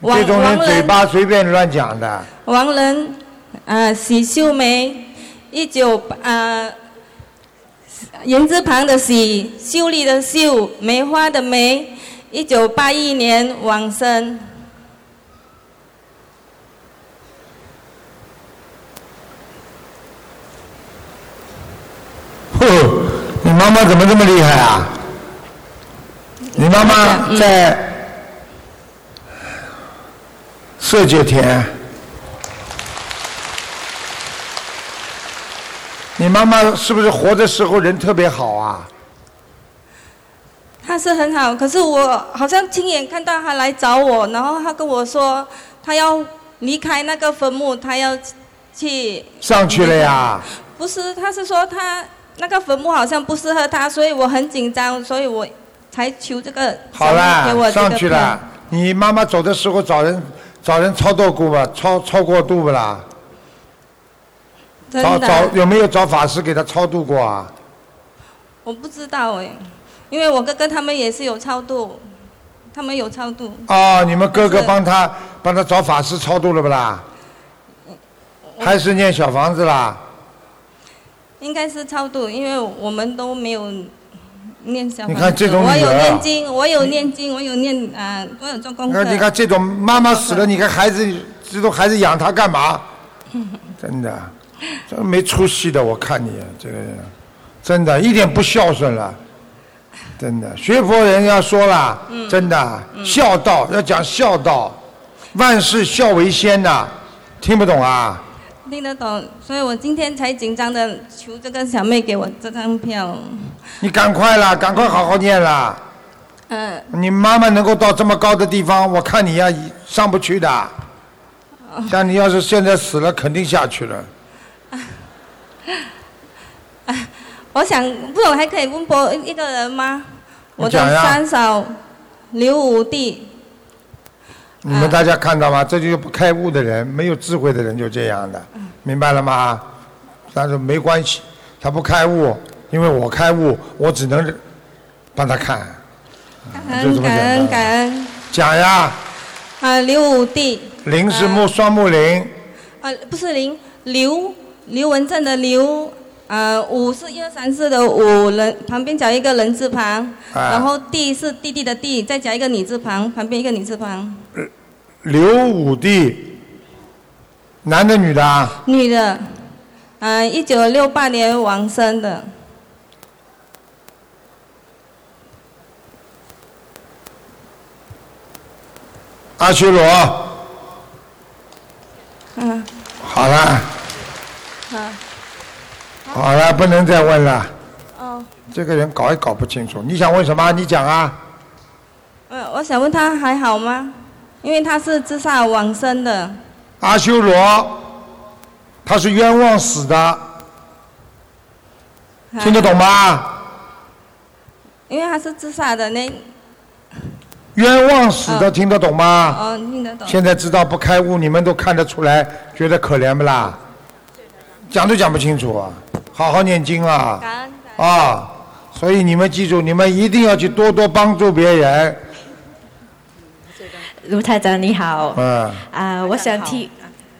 G: 王
A: 这种人
G: 王
A: 嘴
G: 仁
A: 巴随便乱讲的。
G: 王仁，啊，许秀梅，一九啊，言字旁的许，秀丽的秀，梅花的梅，一九八一年往生。
A: 哼，哦你妈妈怎么这么厉害啊？你妈
G: 嗯
A: 妈在色界天，你妈妈是不是活的时候人特别好啊？
G: 他是很好，可是我好像亲眼看到他来找我，然后他跟我说，他要离开那个坟墓，他要去
A: 上去了呀，
G: 不是，他是说他那个坟墓好像不适合他，所以我很紧张，所以我才求这个
A: 好
G: 上面给我
A: 了，
G: 这个
A: 上去了。你妈妈走的时候找人找人超度过吧，超超过度不啦？
G: 票，
A: 找
G: 真的
A: 找
G: 啊，
A: 有没有找法师给她超度过啊？
G: 我不知道哎，因为我哥哥他们也是有超度，他们有超度，
A: 哦，你们哥哥帮他帮他找法师超度了不啦？还是念小房子啦？
G: 应该是超度，因为我们都没有念小
A: 你
G: 房子。
A: 看这种
G: 我
A: 女
G: 有
A: 儿啊
G: 念经，我有念经，我有念啊、我有做功
A: 你
G: 课。
A: 看，你看这种妈妈死了，你看孩子这种孩子养他干嘛？真的，这没出息的，我看你啊这个人，真的一点不孝顺了，真的。学佛人要说了，
G: 嗯
A: 真的孝道要讲孝道，万事孝为先呐、听不懂啊？
G: 听得懂，所以我今天才紧张的求这个小妹给我这张票。
A: 你赶快啦，赶快好好念啦。
G: 嗯、
A: 你妈妈能够到这么高的地方，我看你呀上不去的。像你要是现在死了，肯定下去了。
G: 我想不懂还可以问博一个人吗？
A: 你
G: 我
A: 讲
G: 的
A: 呀
G: 三嫂刘武弟，
A: 你们大家看到吗？这就是不开悟的人，没有智慧的人就这样的，明白了吗？但是没关系，他不开悟，因为我开悟，我只能帮他看。
G: 感
A: 就这
G: 恩
A: 么简单
G: 感恩感恩
A: 讲呀，
G: 啊、刘武弟
A: 林是木双木林，
G: 啊、不是林刘刘文正的刘啊、武是一二三四的武人旁边加一个人字旁，
A: 啊
G: 然后弟是弟弟的弟，再加一个女字旁，旁边一个女字旁，
A: 刘武帝，男的女的啊？
G: 女的，啊、一九六八年往生的。
A: 阿修罗，
G: 嗯，
A: 好了，
G: 好，
A: 好了，不能再问了。
G: 哦，
A: 这个人搞也搞不清楚。你想问什么？你讲啊。
G: 呃，我想问他还好吗？因为他是自杀往生的，
A: 阿修罗，他是冤枉死的，
G: 哎
A: 听得懂吗？
G: 因为他是自杀的那，
A: 冤枉死都听得懂吗？
G: 哦，听得懂。
A: 啊现在知道不开悟，你们都看得出来，觉得可怜不啦？讲都讲不清楚啊！好好念经啊！啊！所以你们记住，你们一定要去多多帮助别人。
B: 卢台长你好，
A: 嗯，
B: 啊、我想替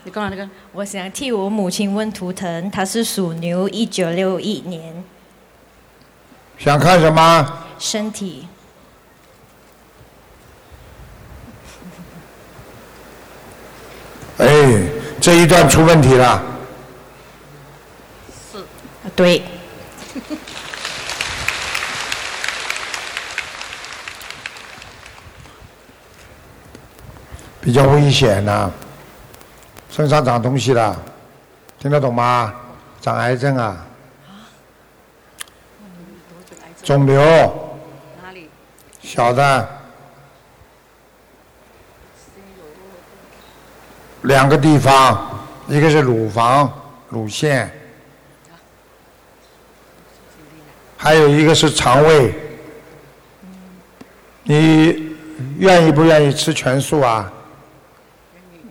B: 你
V: 啊
B: 过来，你过来，我想替我母亲问图腾，她是属牛，一九六一年，
A: 想看什么？
B: 身体
A: 哎，这一段出问题了。
B: 对，
A: 比较危险呐、身上长东西了，听得懂吗？长癌症啊，肿瘤，
V: 哪里？
A: 小的，两个地方，一个是乳房、乳腺，还有一个是肠胃。你愿意不愿意吃全素啊？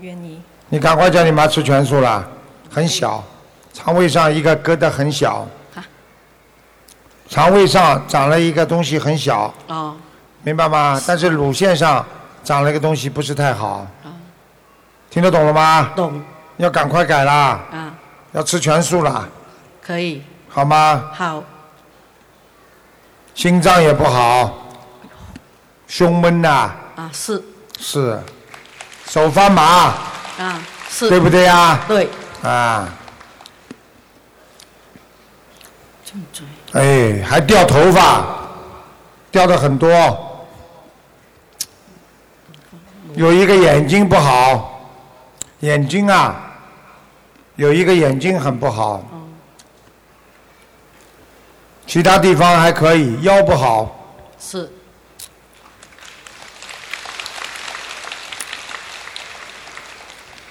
B: 愿意。
A: 你赶快叫你妈吃全素啦，很小，肠胃上一个疙瘩很小，肠胃上长了一个东西很小，
V: 哦，
A: 明白吗？但是乳腺上长了一个东西不是太好，听得懂了吗？
V: 哦懂。
A: 要赶快改啦，
V: 啊，
A: 要吃全素啦，
V: 可以，
A: 好吗？
V: 好，
A: 心脏也不好，胸闷呐、
V: 啊，是，
A: 是，手发麻，
V: 啊，是，
A: 对不对呀
V: 对，
A: 啊，哎，还掉头发，掉的很多。有一个眼睛不好，眼睛啊，有一个眼睛很不好。其他地方还可以，腰不好，
V: 是，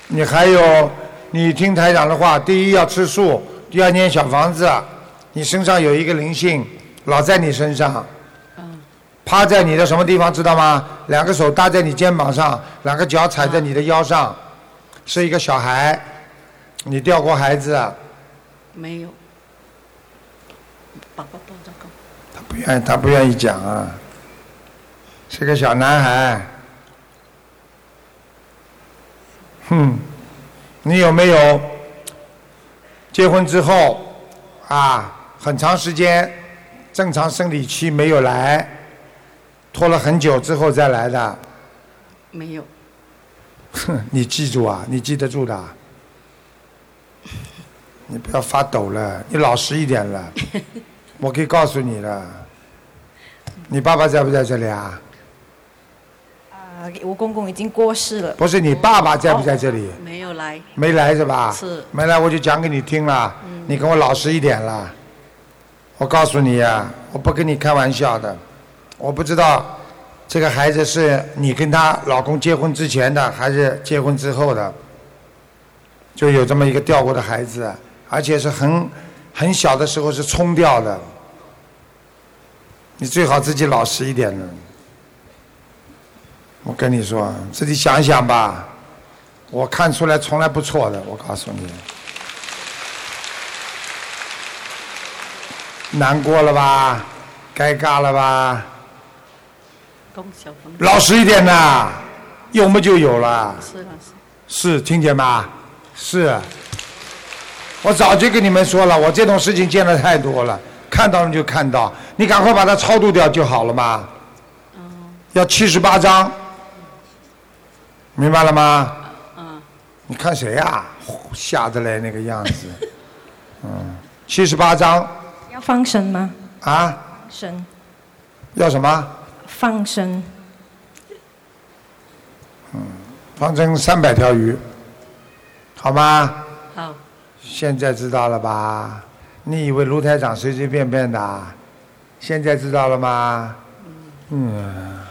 A: 你还有，你听台长的话，第一要吃素，第二念小房子，啊你身上有一个灵性，老在你身上，趴在你的什么地方知道吗？两个手搭在你肩膀上，两个脚踩在你的腰上，是一个小孩，你掉过孩子，啊
V: 没有，宝宝抱着狗，
A: 不愿他不愿意讲啊，是个小男孩，哼，你有没有结婚之后啊，很长时间正常生理期没有来，拖了很久之后再来的？
V: 没有，
A: 哼， *laughs* 你记住啊，你记得住的啊，你不要发抖了，你老实一点了。我可以告诉你了，你爸爸在不在这里啊？
B: 啊、我公公已经过世了，
A: 不是你爸爸在不在这里？
V: 没有来，
A: 没来是吧？
V: 是
A: 没来我就讲给你听了，你跟我老实一点了。我告诉你呀、我不跟你开玩笑的。我不知道这个孩子是你跟她老公结婚之前的，还是结婚之后的，就有这么一个掉过的孩子，啊而且是很很小的时候是冲掉的。你最好自己老实一点了。我跟你说，自己想想吧。我看出来从来不错的，我告诉你。难过了吧？该尬了吧？
V: 供小朋友，
A: 老实一点呐，有么就有了。
V: 是老师，
A: 是，听见吗？是。我早就跟你们说了，我这种事情见的太多了，看到了就看到，你赶快把它超度掉就好了嘛。
V: 嗯
A: 要七十八章，明白了吗？
V: 嗯，
A: 你看谁呀、呼吓得来那个样子。嗯，七十八章
B: 要放生吗？
A: 啊，
B: 放生，
A: 要什么？
B: 放生，
A: 放生嗯三百条鱼，好吗？
V: 好，
A: 现在知道了吧？你以为卢台长随随便便的啊？现在知道了吗？嗯，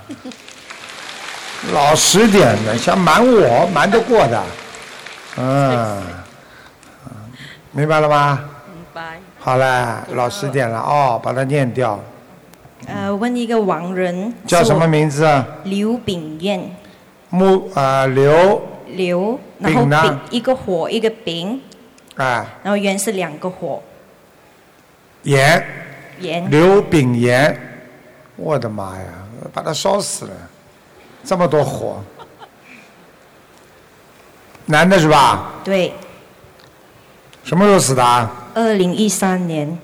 A: 老实点的，想瞒我，瞒得过的。嗯，明白了吗？
V: 明白，
A: 好了，老实点了哦，把它念掉。
B: 呃，问一个亡人
A: 叫什么名字啊？
B: 是我刘炳燕，
A: 木啊刘
B: 刘，然后
A: 丙呢
B: 丙一个火一个丙，
A: 啊
B: 然后燕是两个火，
A: 炎，
B: 燕
A: 刘炳炎，我的妈呀，把他烧死了，这么多火，男的是吧？
B: 对，
A: 什么时候死的啊？
B: 二零一三年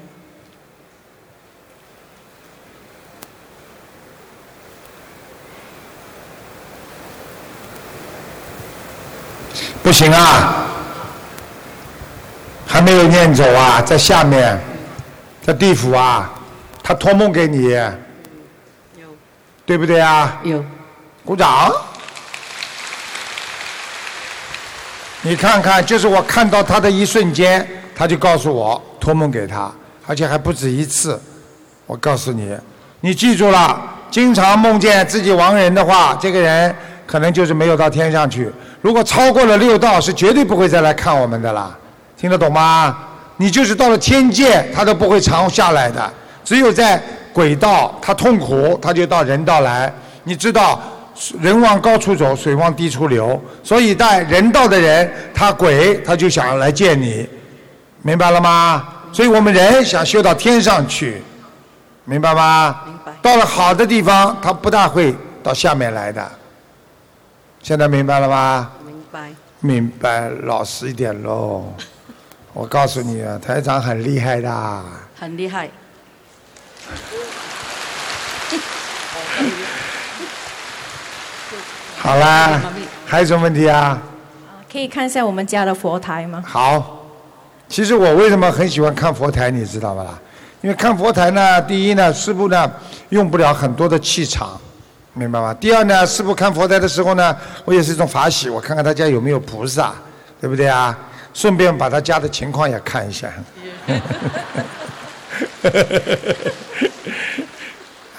A: 不行啊，还没有念走啊，在下面，在地府啊，他托梦给你，有，对不对啊？
V: 有，
A: 鼓掌。你看看，就是我看到他的一瞬间，他就告诉我托梦给他，而且还不止一次。我告诉你，你记住了，经常梦见自己亡人的话，这个人可能就是没有到天上去。如果超过了六道，是绝对不会再来看我们的啦。听得懂吗？你就是到了天界，他都不会常下来的。只有在鬼道，他痛苦，他就到人道来。你知道，人往高处走，水往低处流。所以在人道的人，他鬼他就想来见你，明白了吗？所以我们人想修到天上去。明白吗？明白。到了好的地方，他不大会到下面来的。现在明白了吗？
V: 明白。
A: 明白，老实一点 *laughs* 喽。我告诉你啊，台长很厉害的。
V: 很厉害。
A: 好啦，还有什么问题啊？
B: 可以看一下我们家的佛台吗？
A: 好，其实我为什么很喜欢看佛台，你知道吧啦？因为看佛台呢，第一呢，师傅呢用不了很多的气场，明白吗？第二呢，师傅看佛台的时候呢，我也是一种法喜，我看看他家有没有菩萨，对不对啊？顺便把他家的情况也看一下。 *laughs*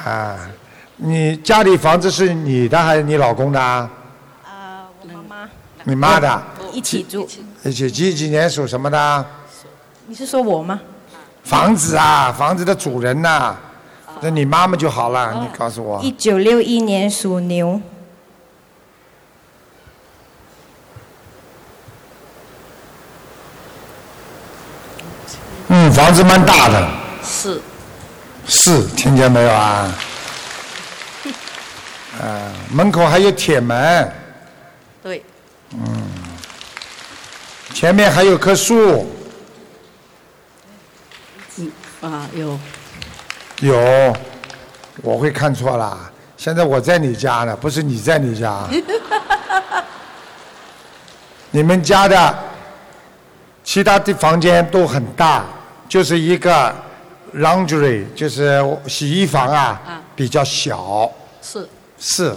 A: 啊，你家里房子是你的还是你老公的啊？你妈的，
B: 哦一起住。
A: 一起几几年属什么的啊？
B: 你是说我吗？
A: 房子啊，房子的主人呐、那你妈妈就好了。你告诉我
B: 一，九六一年属牛，
A: 嗯，房子蛮大的，
V: 是，
A: 是听见没有啊？啊，门口还有铁门，
V: 对，
A: 嗯，前面还有棵树，
V: 嗯啊有，
A: 有，我会看错啦。现在我在你家呢，不是你在你家。你们家的其他的房间都很大，就是一个 laundry，就是洗衣房啊，比较小。
V: 是
A: 是。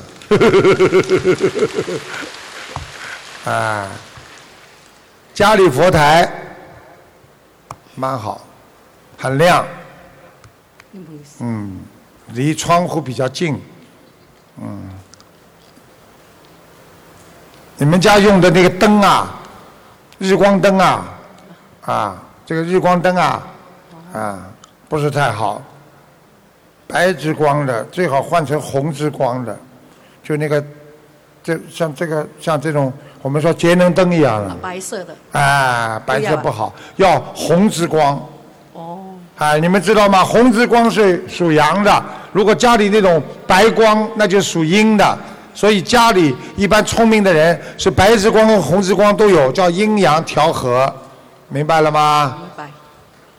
A: *laughs* 啊，家里佛台蛮好，很亮，嗯，离窗户比较近，嗯。你们家用的那个灯啊，日光灯啊，啊，这个日光灯啊，啊，不是太好，白之光的最好换成红之光的，就那个，这像这个像这种我们说节能灯一样的，
V: 白色的
A: 啊，白色不好，要红之光。
V: 哦，
A: 啊，你们知道吗？红之光是属阳的，如果家里那种白光，那就属阴的。所以家里一般聪明的人是白之光和红之光都有，叫阴阳调和，明白了吗？明
V: 白。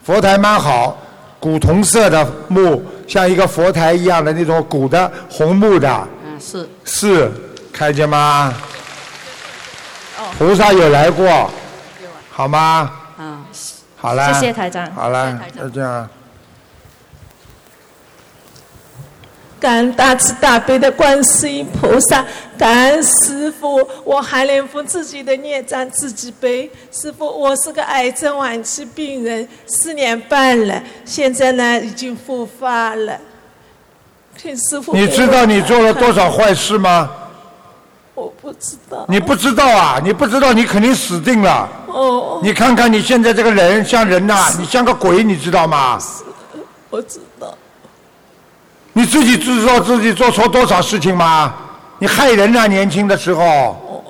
A: 佛台蛮好，古铜色的木，像一个佛台一样的那种古的红木的，
V: 嗯、是
A: 是看见吗？
V: 哦
A: 菩萨有来过，好吗？
V: 啊，
A: 好了，
B: 谢谢台长
A: 好了，就这样。
C: 感恩大慈大悲的观世音菩萨，感恩师傅，我韩连峰自己的孽障自己背。师傅，我是个癌症晚期病人，四年半了，现在呢已经复发了。请师傅，
A: 你知道你做了多少坏？事吗？
C: 我不知道。
A: 你不知道啊，你不知道，你肯定死定了。
C: 哦，
A: 你看看你现在这个人像人呐、你像个鬼，你知道吗？
C: 我知道。
A: 你自己知道自己做错多少事情吗？你害人呐、年轻的时候，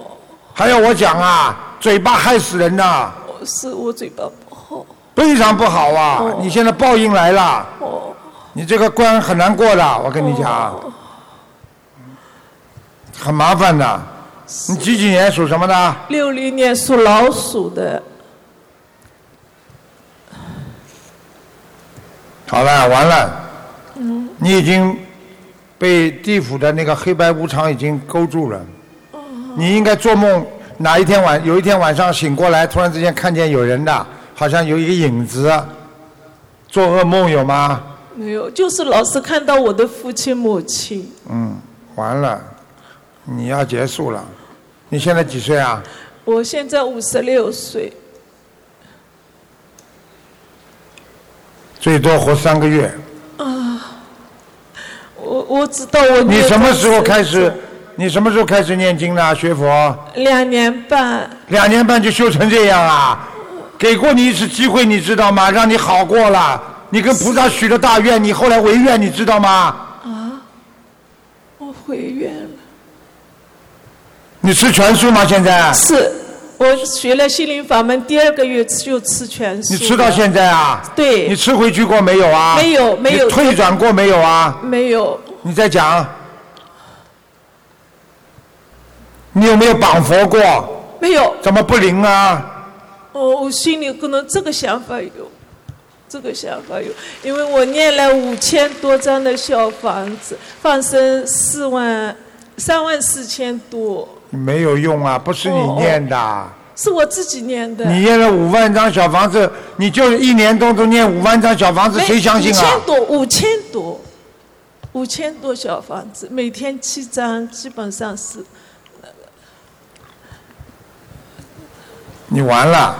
A: 还要我讲啊？嘴巴害死人呐、
C: 我是我嘴巴不好，
A: 非常不好啊！你现在报应来了，你这个关很难过的，我跟你讲，很麻烦的。你几几年属什么的？
C: 六零年属老鼠的，
A: 好了，完了，
C: 嗯，
A: 你已经被地府的那个黑白无常已经勾住了。你应该做梦，哪一天晚有一天晚上醒过来，突然之间看见有人的，好像有一个影子。做噩梦有吗？
C: 没有，就是老是看到我的父亲母亲，
A: 嗯，完了，你要结束了。你现在几岁啊？
C: 我现在五十六岁，
A: 最多活三个月。
C: 啊，我我知道我
A: 你
C: 孽
A: 什么
C: 障
A: 时候
C: 深
A: 开始
C: 重？
A: 你什么时候开始念经呢？学佛？
C: 两年半，
A: 两年半就修成这样啊？给过你一次机会，你知道吗？让你好过了。你跟菩萨许了大愿，你后来违愿，你知道吗？
C: 啊，我回愿了。
A: 你吃全素吗？现在？
C: 是，我学了心灵法门，第二个月就吃全素。
A: 你吃到现在？啊？
C: 对
A: 你吃回去过没有啊？
C: 没有没有
A: 你退转过没有啊？
C: 没有，
A: 你再讲。你有没有绑佛过？
C: 没有。
A: 怎么不灵啊？
C: 我哦我心里可能这个想法有，这个想法有，因为我念了五千多张的小房子，放生四万三万四千多，
A: 没有用啊，不是你念的。
C: 哦是我自己念的。
A: 你念了五万张小房子，你就一年当中念五万张小房子，
C: 没
A: 谁相信
C: 五
A: 啊
C: 千？多，五千多，五千多小房子，每天七张，基本上是。
A: 你完了。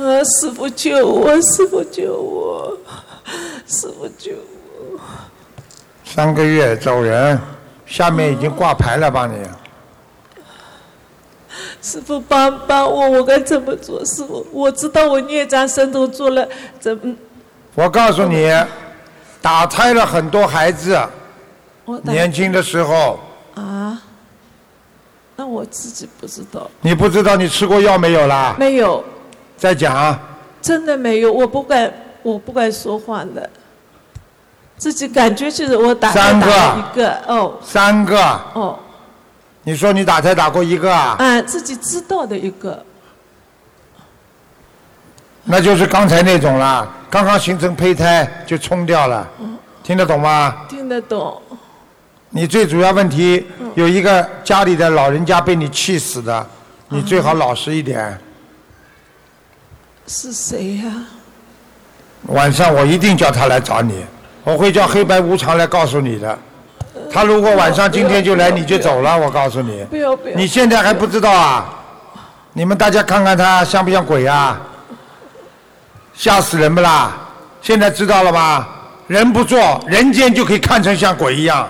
C: 呃，师傅救我，师傅救我，师傅救我。
A: 三个月走人，下
C: 嗯
A: 面已经挂牌了吧你？
C: 师傅帮帮我，我该怎么做？师傅，我知道我孽障深重，做了怎么？
A: 我告诉你，
C: 嗯
A: 打胎了很多孩子，
C: 我打
A: 年轻的时候，
C: 啊？那我自己不知道，
A: 你不知道你吃过药没有啦？
C: 没有，
A: 再讲，啊
C: 真的没有，我不敢，我不敢说谎的。自己感觉就是我打
A: 三个
C: 打了一个哦
A: 三个，
C: 哦，
A: 你说你打胎打过一个啊？
C: 啊，自己知道的一个，
A: 那就是刚才那种啦，刚刚形成胚胎就冲掉了，
C: 嗯，
A: 听得懂吗？
C: 听得懂，
A: 你最主要问题
C: 嗯
A: 有一个家里的老人家被你气死的，你最好老实一点。
C: 是谁呀、
A: 晚上我一定叫他来找你，我会叫黑白无常来告诉你的。他如果晚上今天就来，你就走了，我告诉你。
C: 不要不要，
A: 你现在还不知道啊？你们大家看看他像不像鬼啊？吓死人不啦？现在知道了吧？人不做，人间就可以看成像鬼一样，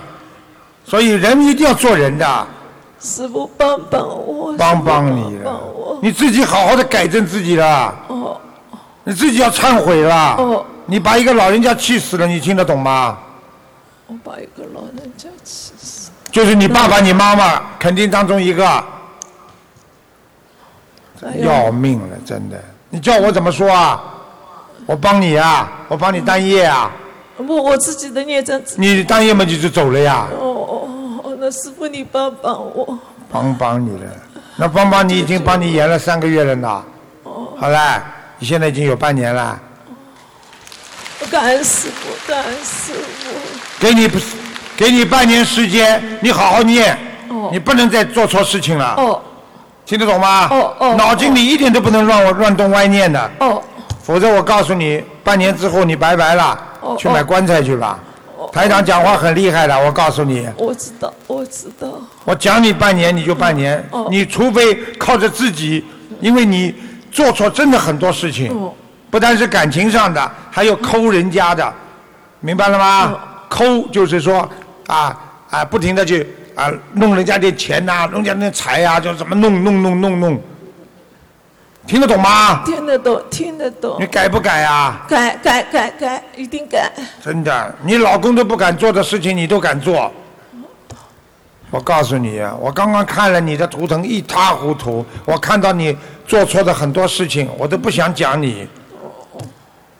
A: 所以人一定要做人的，
C: 师傅帮帮我，
A: 帮帮你了，你自己好好的改正自己了，
C: 哦
A: 你自己要忏悔了。
C: 哦，
A: 你把一个老人家气死了，你听得懂吗？
C: 我把一个老人家气死，
A: 就是你爸爸、
C: 嗯
A: 你妈妈，肯定当中一个。
C: 哎呀
A: 要命了，真的！你叫我怎么说啊？我帮你啊，我帮你单业啊，
C: 我我自己的孽障自己
A: 你单业嘛就就走了呀，
C: 哦哦哦，那师傅你帮帮我。
A: 帮帮你了。那帮帮你已经帮你延了三个月了呢，
C: 哦，
A: 好了，你现在已经有半年了，
C: 感恩师傅，感恩师傅。
A: 给你不是给你半年时间，你好好念，
C: 哦
A: 你不能再做错事情了，
C: 哦
A: 听得懂吗？
C: 哦哦
A: 脑筋里一点都不能乱乱动歪念的，
C: 哦
A: 否则我告诉你，半年之后你拜拜了，
C: 哦
A: 去买
C: 哦
A: 棺材去吧。
C: 哦，
A: 台长讲话很厉害的，我告诉你。
C: 我知道，我知道，
A: 我讲你半年你就半年，
C: 哦
A: 你除非靠着自己，因为你做错真的很多事情，
C: 哦
A: 不但是感情上的，还有抠人家的，明白了吗？抠就是说啊啊，不停的去啊弄人家的钱呐、弄人家的财呀、就怎么弄弄弄弄弄，听得懂吗？
C: 听得懂，听得懂
A: 你。改不改啊？
C: 改改改改，一定改。
A: 真的，你老公都不敢做的事情，你都敢做。我告诉你啊，我刚刚看了你的图腾一塌糊涂，我看到你做错的很多事情，我都不想讲你。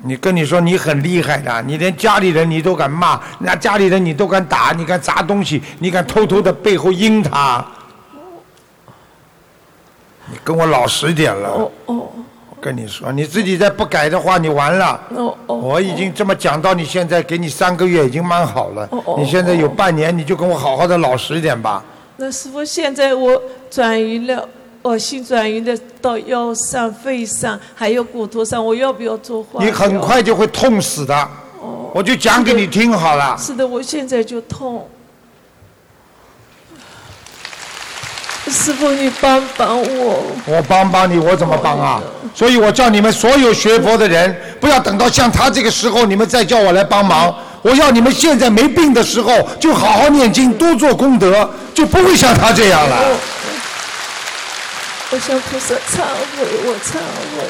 A: 你跟你说你很厉害的，你连家里人你都敢骂，那家里人你都敢打，你敢砸东西，你敢偷偷的背后阴他。你跟我老实点了。
C: 哦哦
A: 我跟你说，你自己再不改的话，你完了。
C: 哦哦。
A: 我已经这么讲到你现在，给你三个月已经蛮好了。
C: 哦
A: 你现在有半年，你就跟我好好的老实一点吧。
C: 那师傅，现在我转移了，恶心转移的到腰上、肺上，还有骨头上，我要不要做化疗？
A: 你很快就会痛死的。
C: 哦
A: 我就讲给你听好了。
C: 是的，我现在就痛。师傅，你帮帮我。
A: 我帮帮你，我怎么帮
C: 哦
A: 啊？所以我叫你们所有学佛的人，不要等到像他这个时候，你们再叫我来帮忙。我要你们现在没病的时候，就好好念经，多做功德，就不会像他这样了。
C: 我我向菩萨忏悔，我忏悔，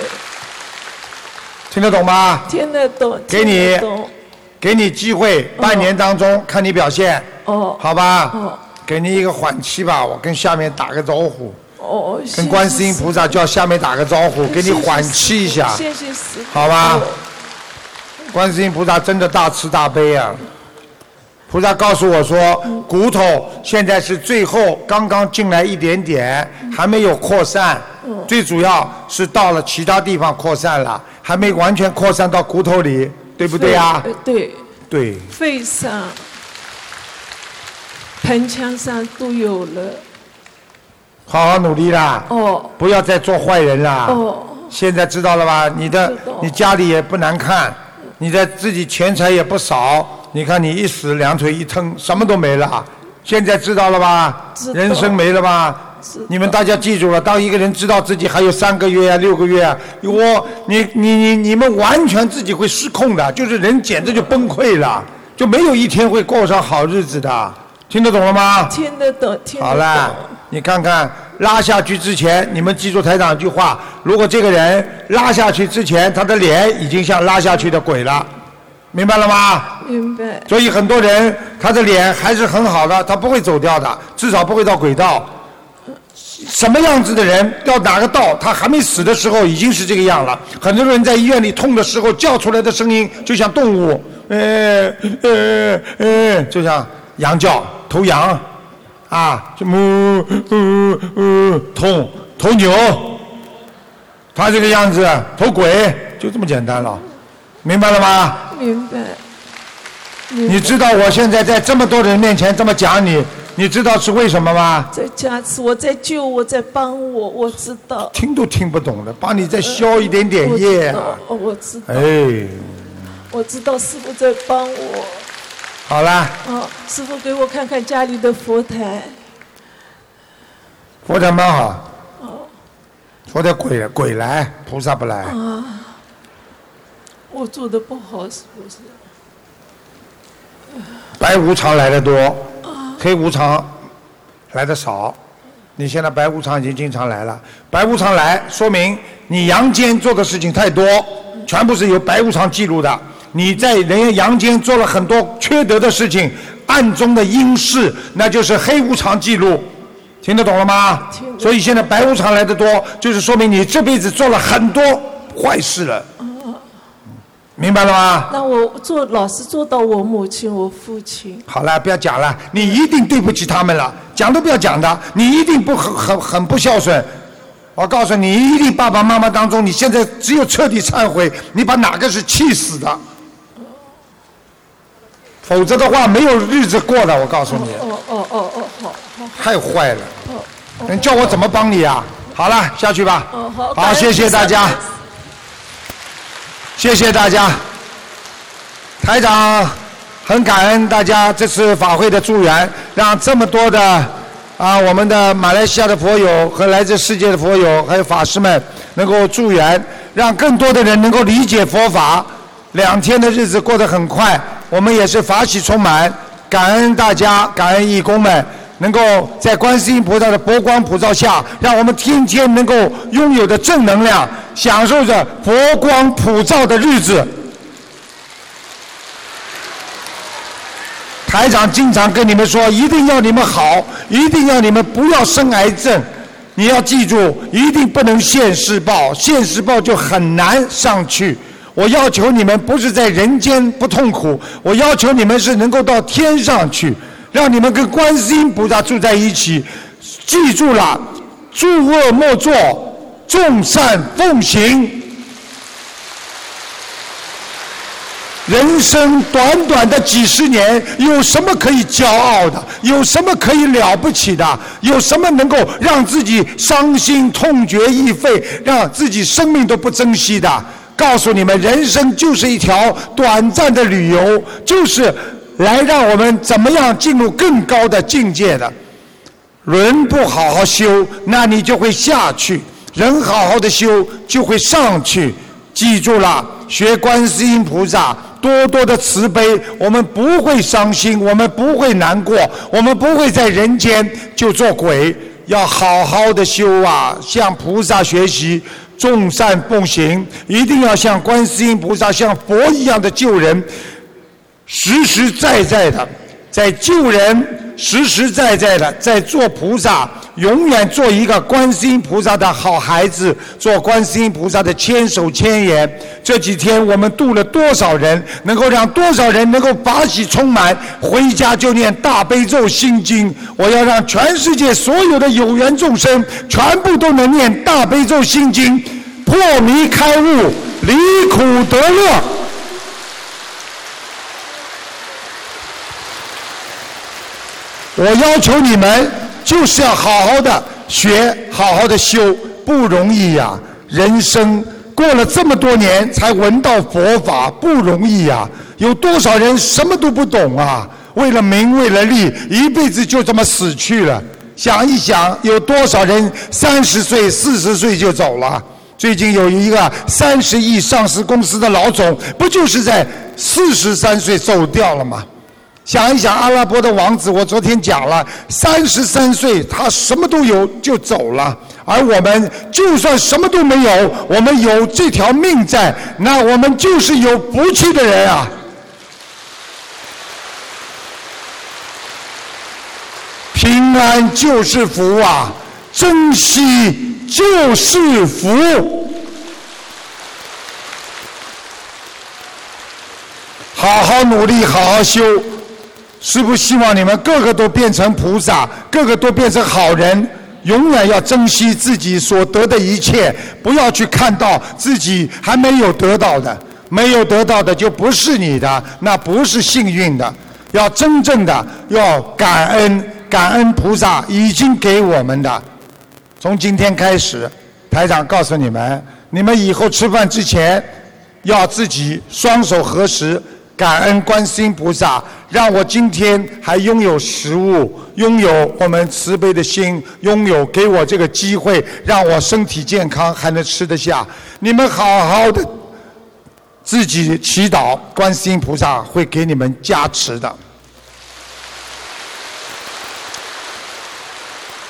A: 听得懂吗？
C: 听得懂，
A: 给你
C: 听得懂
A: 给你机会，半年当中看你表现，
C: 哦，
A: 好吧？
C: 哦
A: 给你一个缓期吧，我跟下面打个招呼，
C: 哦，谢
A: 跟
C: 谢
A: 观世音
C: 师
A: 菩萨叫下面打个招呼，给你
C: 谢谢
A: 缓
C: 师
A: 期一
C: 父
A: 下，
C: 谢谢师父哦
A: 好吧？观世音菩萨真的大慈大悲啊！菩萨告诉我说，骨头现在是最后刚刚进来一点点，还没有扩散
D: 嗯，
A: 最主要是到了其他地方扩散了，还没完全扩散到骨头里，对不对啊？
C: 呃对，
A: 对。
C: 肺上、盆腔上都有了。
A: 好好努力啦，
C: 哦
A: 不要再做坏人啦。
C: 哦，
A: 现在知道了吧？你的你家里也不难看，你的自己钱财也不少。你看你一死两腿一蹬，什么都没了。现在知道了吧？
C: 知道
A: 人生没了吧？你们大家记住了，当一个人知道自己还有三个月啊、六个月啊，我你你你你们完全自己会失控的，就是人简直就崩溃了，就没有一天会过上好日子的。听得懂了吗？
C: 听得懂，听得懂。
A: 好了，你看看拉下去之前，你们记住台长一句话：如果这个人拉下去之前，他的脸已经像拉下去的鬼了，明白了吗？
C: 明白。
A: 所以很多人他的脸还是很好的，他不会走掉的，至少不会到轨道。什么样子的人要哪个道，他还没死的时候已经是这个样了。很多人在医院里痛的时候叫出来的声音就像动物，呃呃呃，就像羊叫、头羊，啊，什么呃呃痛、头牛，他这个样子，头鬼，就这么简单了，明白了吗？
C: 明白。明白
A: 你知道我现在在这么多人面前这么讲你，你知道是为什么吗？
C: 在加持，我在救我，在帮我，我知道。
A: 听都听不懂了，帮你再消一点点业啊！
C: 我知道哦，我知道，
A: 哎，
C: 我知道师傅在帮我。
A: 好了，
C: 哦，师傅给我看看家里的佛台。
A: 佛台蛮好，
C: 哦
A: 佛台鬼鬼来，菩萨不来。
C: 啊，我做的不好是不是？
A: 白无常来的多，
C: 啊
A: 黑无常来的少。你现在白无常已经经常来了，白无常来说明你阳间做的事情太多，全部是由白无常记录的。你在人家阳间做了很多缺德的事情，暗中的阴事，那就是黑无常记录。听得懂了吗？所以现在白无常来的多，就是说明你这辈子做了很多坏事了，
C: 啊，
A: 明白了吗？
C: 那我做老是做到我母亲、我父亲。
A: 好了，不要讲了，你一定对不起他们了，讲都不要讲的，你一定不很很很不孝顺。我告诉你，一定爸爸妈妈当中，你现在只有彻底忏悔，你把哪个是气死的，否则的话没有日子过了。我告诉你，
C: 哦哦哦哦，好好好。
A: 太坏了，
C: 哦
A: 你叫我怎么帮你啊？好了，下去吧。
C: 哦好。感
A: 好，
C: 恩
A: 谢谢
C: 菩萨
A: 大家，谢谢大家。台长很感恩大家这次法会的助缘，让这么多的啊我们的马来西亚的佛友和来自世界的佛友还有法师们能够助缘，让更多的人能够理解佛法。两天的日子过得很快，我们也是法喜充满，感恩大家，感恩义工们。能够在观世音菩萨的佛光普照下，让我们天天能够拥有的正能量，享受着佛光普照的日子。台长经常跟你们说，一定要你们好，一定要你们不要生癌症。你要记住，一定不能现世报，现世报就很难上去。我要求你们不是在人间不痛苦，我要求你们是能够到天上去，让你们跟观世音菩萨住在一起。记住了，诸恶莫作，众善奉行。人生短短的几十年，有什么可以骄傲的？有什么可以了不起的？有什么能够让自己伤心痛绝欲废，让自己生命都不珍惜的？告诉你们，人生就是一条短暂的旅游，就是来让我们怎么样进入更高的境界的。人不好好修，那你就会下去；人好好的修，就会上去。记住了，学观世音菩萨，多多的慈悲，我们不会伤心，我们不会难过，我们不会在人间就做鬼。要好好的修啊，向菩萨学习，众善奉行，一定要像观世音菩萨、像佛一样的救人，实实在在的在救人，实实在在的在做菩萨，永远做一个观世音菩萨的好孩子，做观世音菩萨的千手千眼。这几天我们度了多少人，能够让多少人能够法喜充满，回家就念大悲咒心经。我要让全世界所有的有缘众生，全部都能念大悲咒心经，破迷开悟，离苦得乐。我要求你们就是要好好的学，好好的修，不容易呀、人生过了这么多年才闻到佛法，不容易呀、有多少人什么都不懂啊？为了名，为了利，一辈子就这么死去了。想一想，有多少人三十岁、四十岁就走了？最近有一个三十亿上市公司的老总，不就是在四十三岁走掉了吗？想一想，阿拉伯的王子，我昨天讲了，三十三岁，他什么都有就走了，而我们就算什么都没有，我们有这条命在，那我们就是有福气的人啊。平安就是福啊，珍惜就是福。好好努力，好好修。师父希望你们个个都变成菩萨，个个都变成好人，永远要珍惜自己所得的一切，不要去看到自己还没有得到的，没有得到的就不是你的，那不是幸运的。要真正的要感恩，感恩菩萨已经给我们的。从今天开始，台长告诉你们，你们以后吃饭之前要自己双手合十，感恩观世音菩萨，让我今天还拥有食物，拥有我们慈悲的心，拥有给我这个机会，让我身体健康，还能吃得下。你们好好的自己祈祷，观世音菩萨会给你们加持的。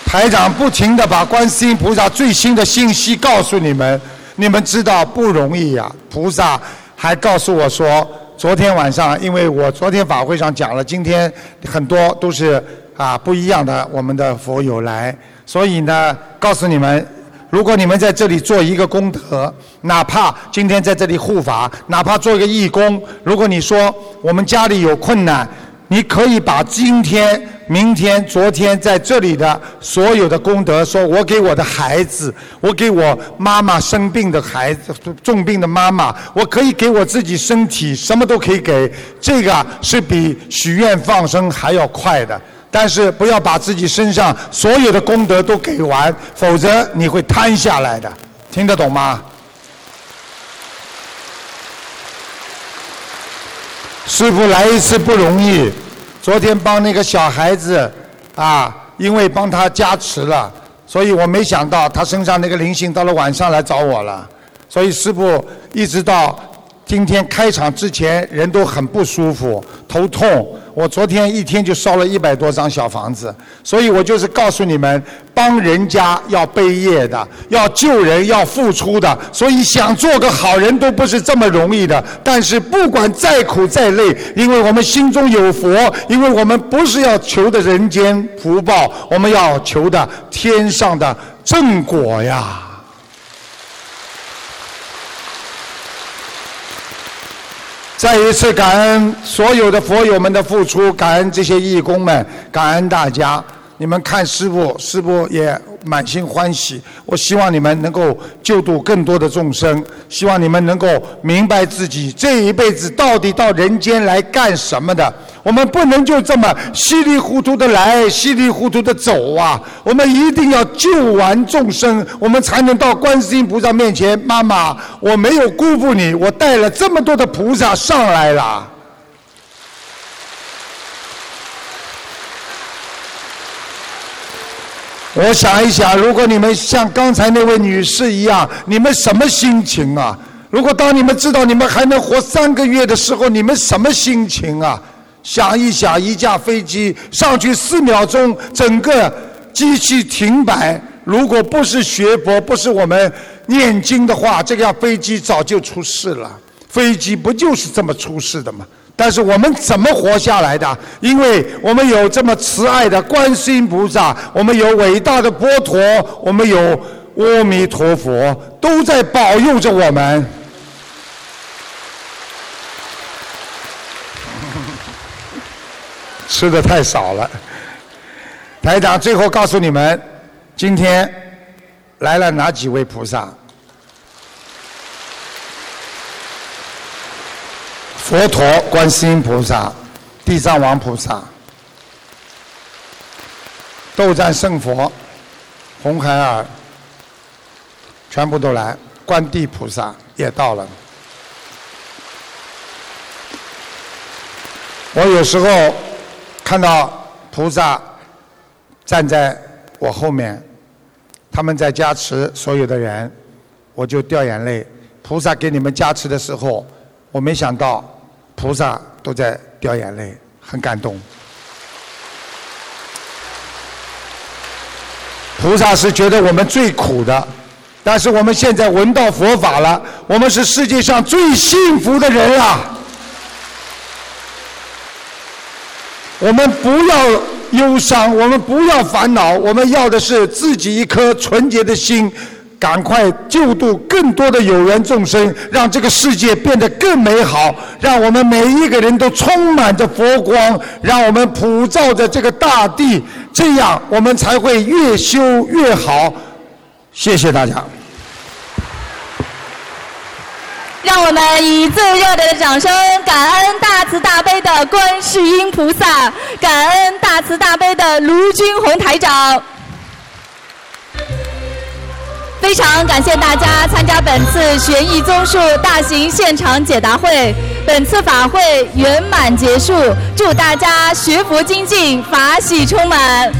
A: 台长不停地把观世音菩萨最新的信息告诉你们，你们知道不容易呀、菩萨还告诉我说，昨天晚上，因为我昨天法会上讲了，今天很多都是啊不一样的我们的佛友来，所以呢，告诉你们，如果你们在这里做一个功德，哪怕今天在这里护法，哪怕做一个义工，如果你说我们家里有困难，你可以把今天、明天、昨天在这里的所有的功德，说我给我的孩子，我给我妈妈生病的孩子、重病的妈妈，我可以给我自己身体，什么都可以给。这个是比许愿放生还要快的。但是不要把自己身上所有的功德都给完，否则你会瘫下来的。听得懂吗？师傅来一次不容易，昨天帮那个小孩子啊，因为帮他加持了，所以我没想到他身上那个灵性到了晚上来找我了，所以师傅一直到今天开场之前人都很不舒服，头痛。我昨天一天就烧了一百多张小房子，所以我就是告诉你们，帮人家要背业的，要救人要付出的，所以想做个好人都不是这么容易的。但是不管再苦再累，因为我们心中有佛，因为我们不是要求的人间福报，我们要求的天上的正果呀。再一次感恩所有的佛友们的付出，感恩这些义工们，感恩大家。你们看师傅，师傅也满心欢喜。我希望你们能够救度更多的众生，希望你们能够明白自己这一辈子到底到人间来干什么的。我们不能就这么稀里糊涂的来，稀里糊涂的走啊！我们一定要救完众生，我们才能到观世音菩萨面前。妈妈，我没有辜负你，我带了这么多的菩萨上来了。我想一想，如果你们像刚才那位女士一样，你们什么心情啊？如果当你们知道你们还能活三个月的时候，你们什么心情啊？想一想，一架飞机上去四秒钟，整个机器停摆。如果不是学佛，不是我们念经的话，这架飞机早就出事了。飞机不就是这么出事的吗？但是我们怎么活下来的？因为我们有这么慈爱的观世音菩萨，我们有伟大的佛陀，我们有阿弥陀佛，都在保佑着我们。 *laughs* 吃的太少了。台长最后告诉你们，今天来了哪几位菩萨？佛陀、观世音菩萨、地藏王菩萨、斗战胜佛、红孩儿，全部都来。观地菩萨也到了。我有时候看到菩萨站在我后面，他们在加持所有的人，我就掉眼泪。菩萨给你们加持的时候，我没想到菩萨都在掉眼泪，很感动。菩萨是觉得我们最苦的，但是我们现在闻到佛法了，我们是世界上最幸福的人啊了。我们不要忧伤，我们不要烦恼，我们要的是自己一颗纯洁的心，赶快救度更多的有缘众生，让这个世界变得更美好，让我们每一个人都充满着佛光，让我们普照着这个大地，这样我们才会越修越好。谢谢大家。
D: 让我们以最热烈的掌声，感恩大慈大悲的观世音菩萨，感恩大慈大悲的卢军红台长。非常感谢大家参加本次悬疑综述大型现场解答会，本次法会圆满结束，祝大家学佛精进，法喜充满。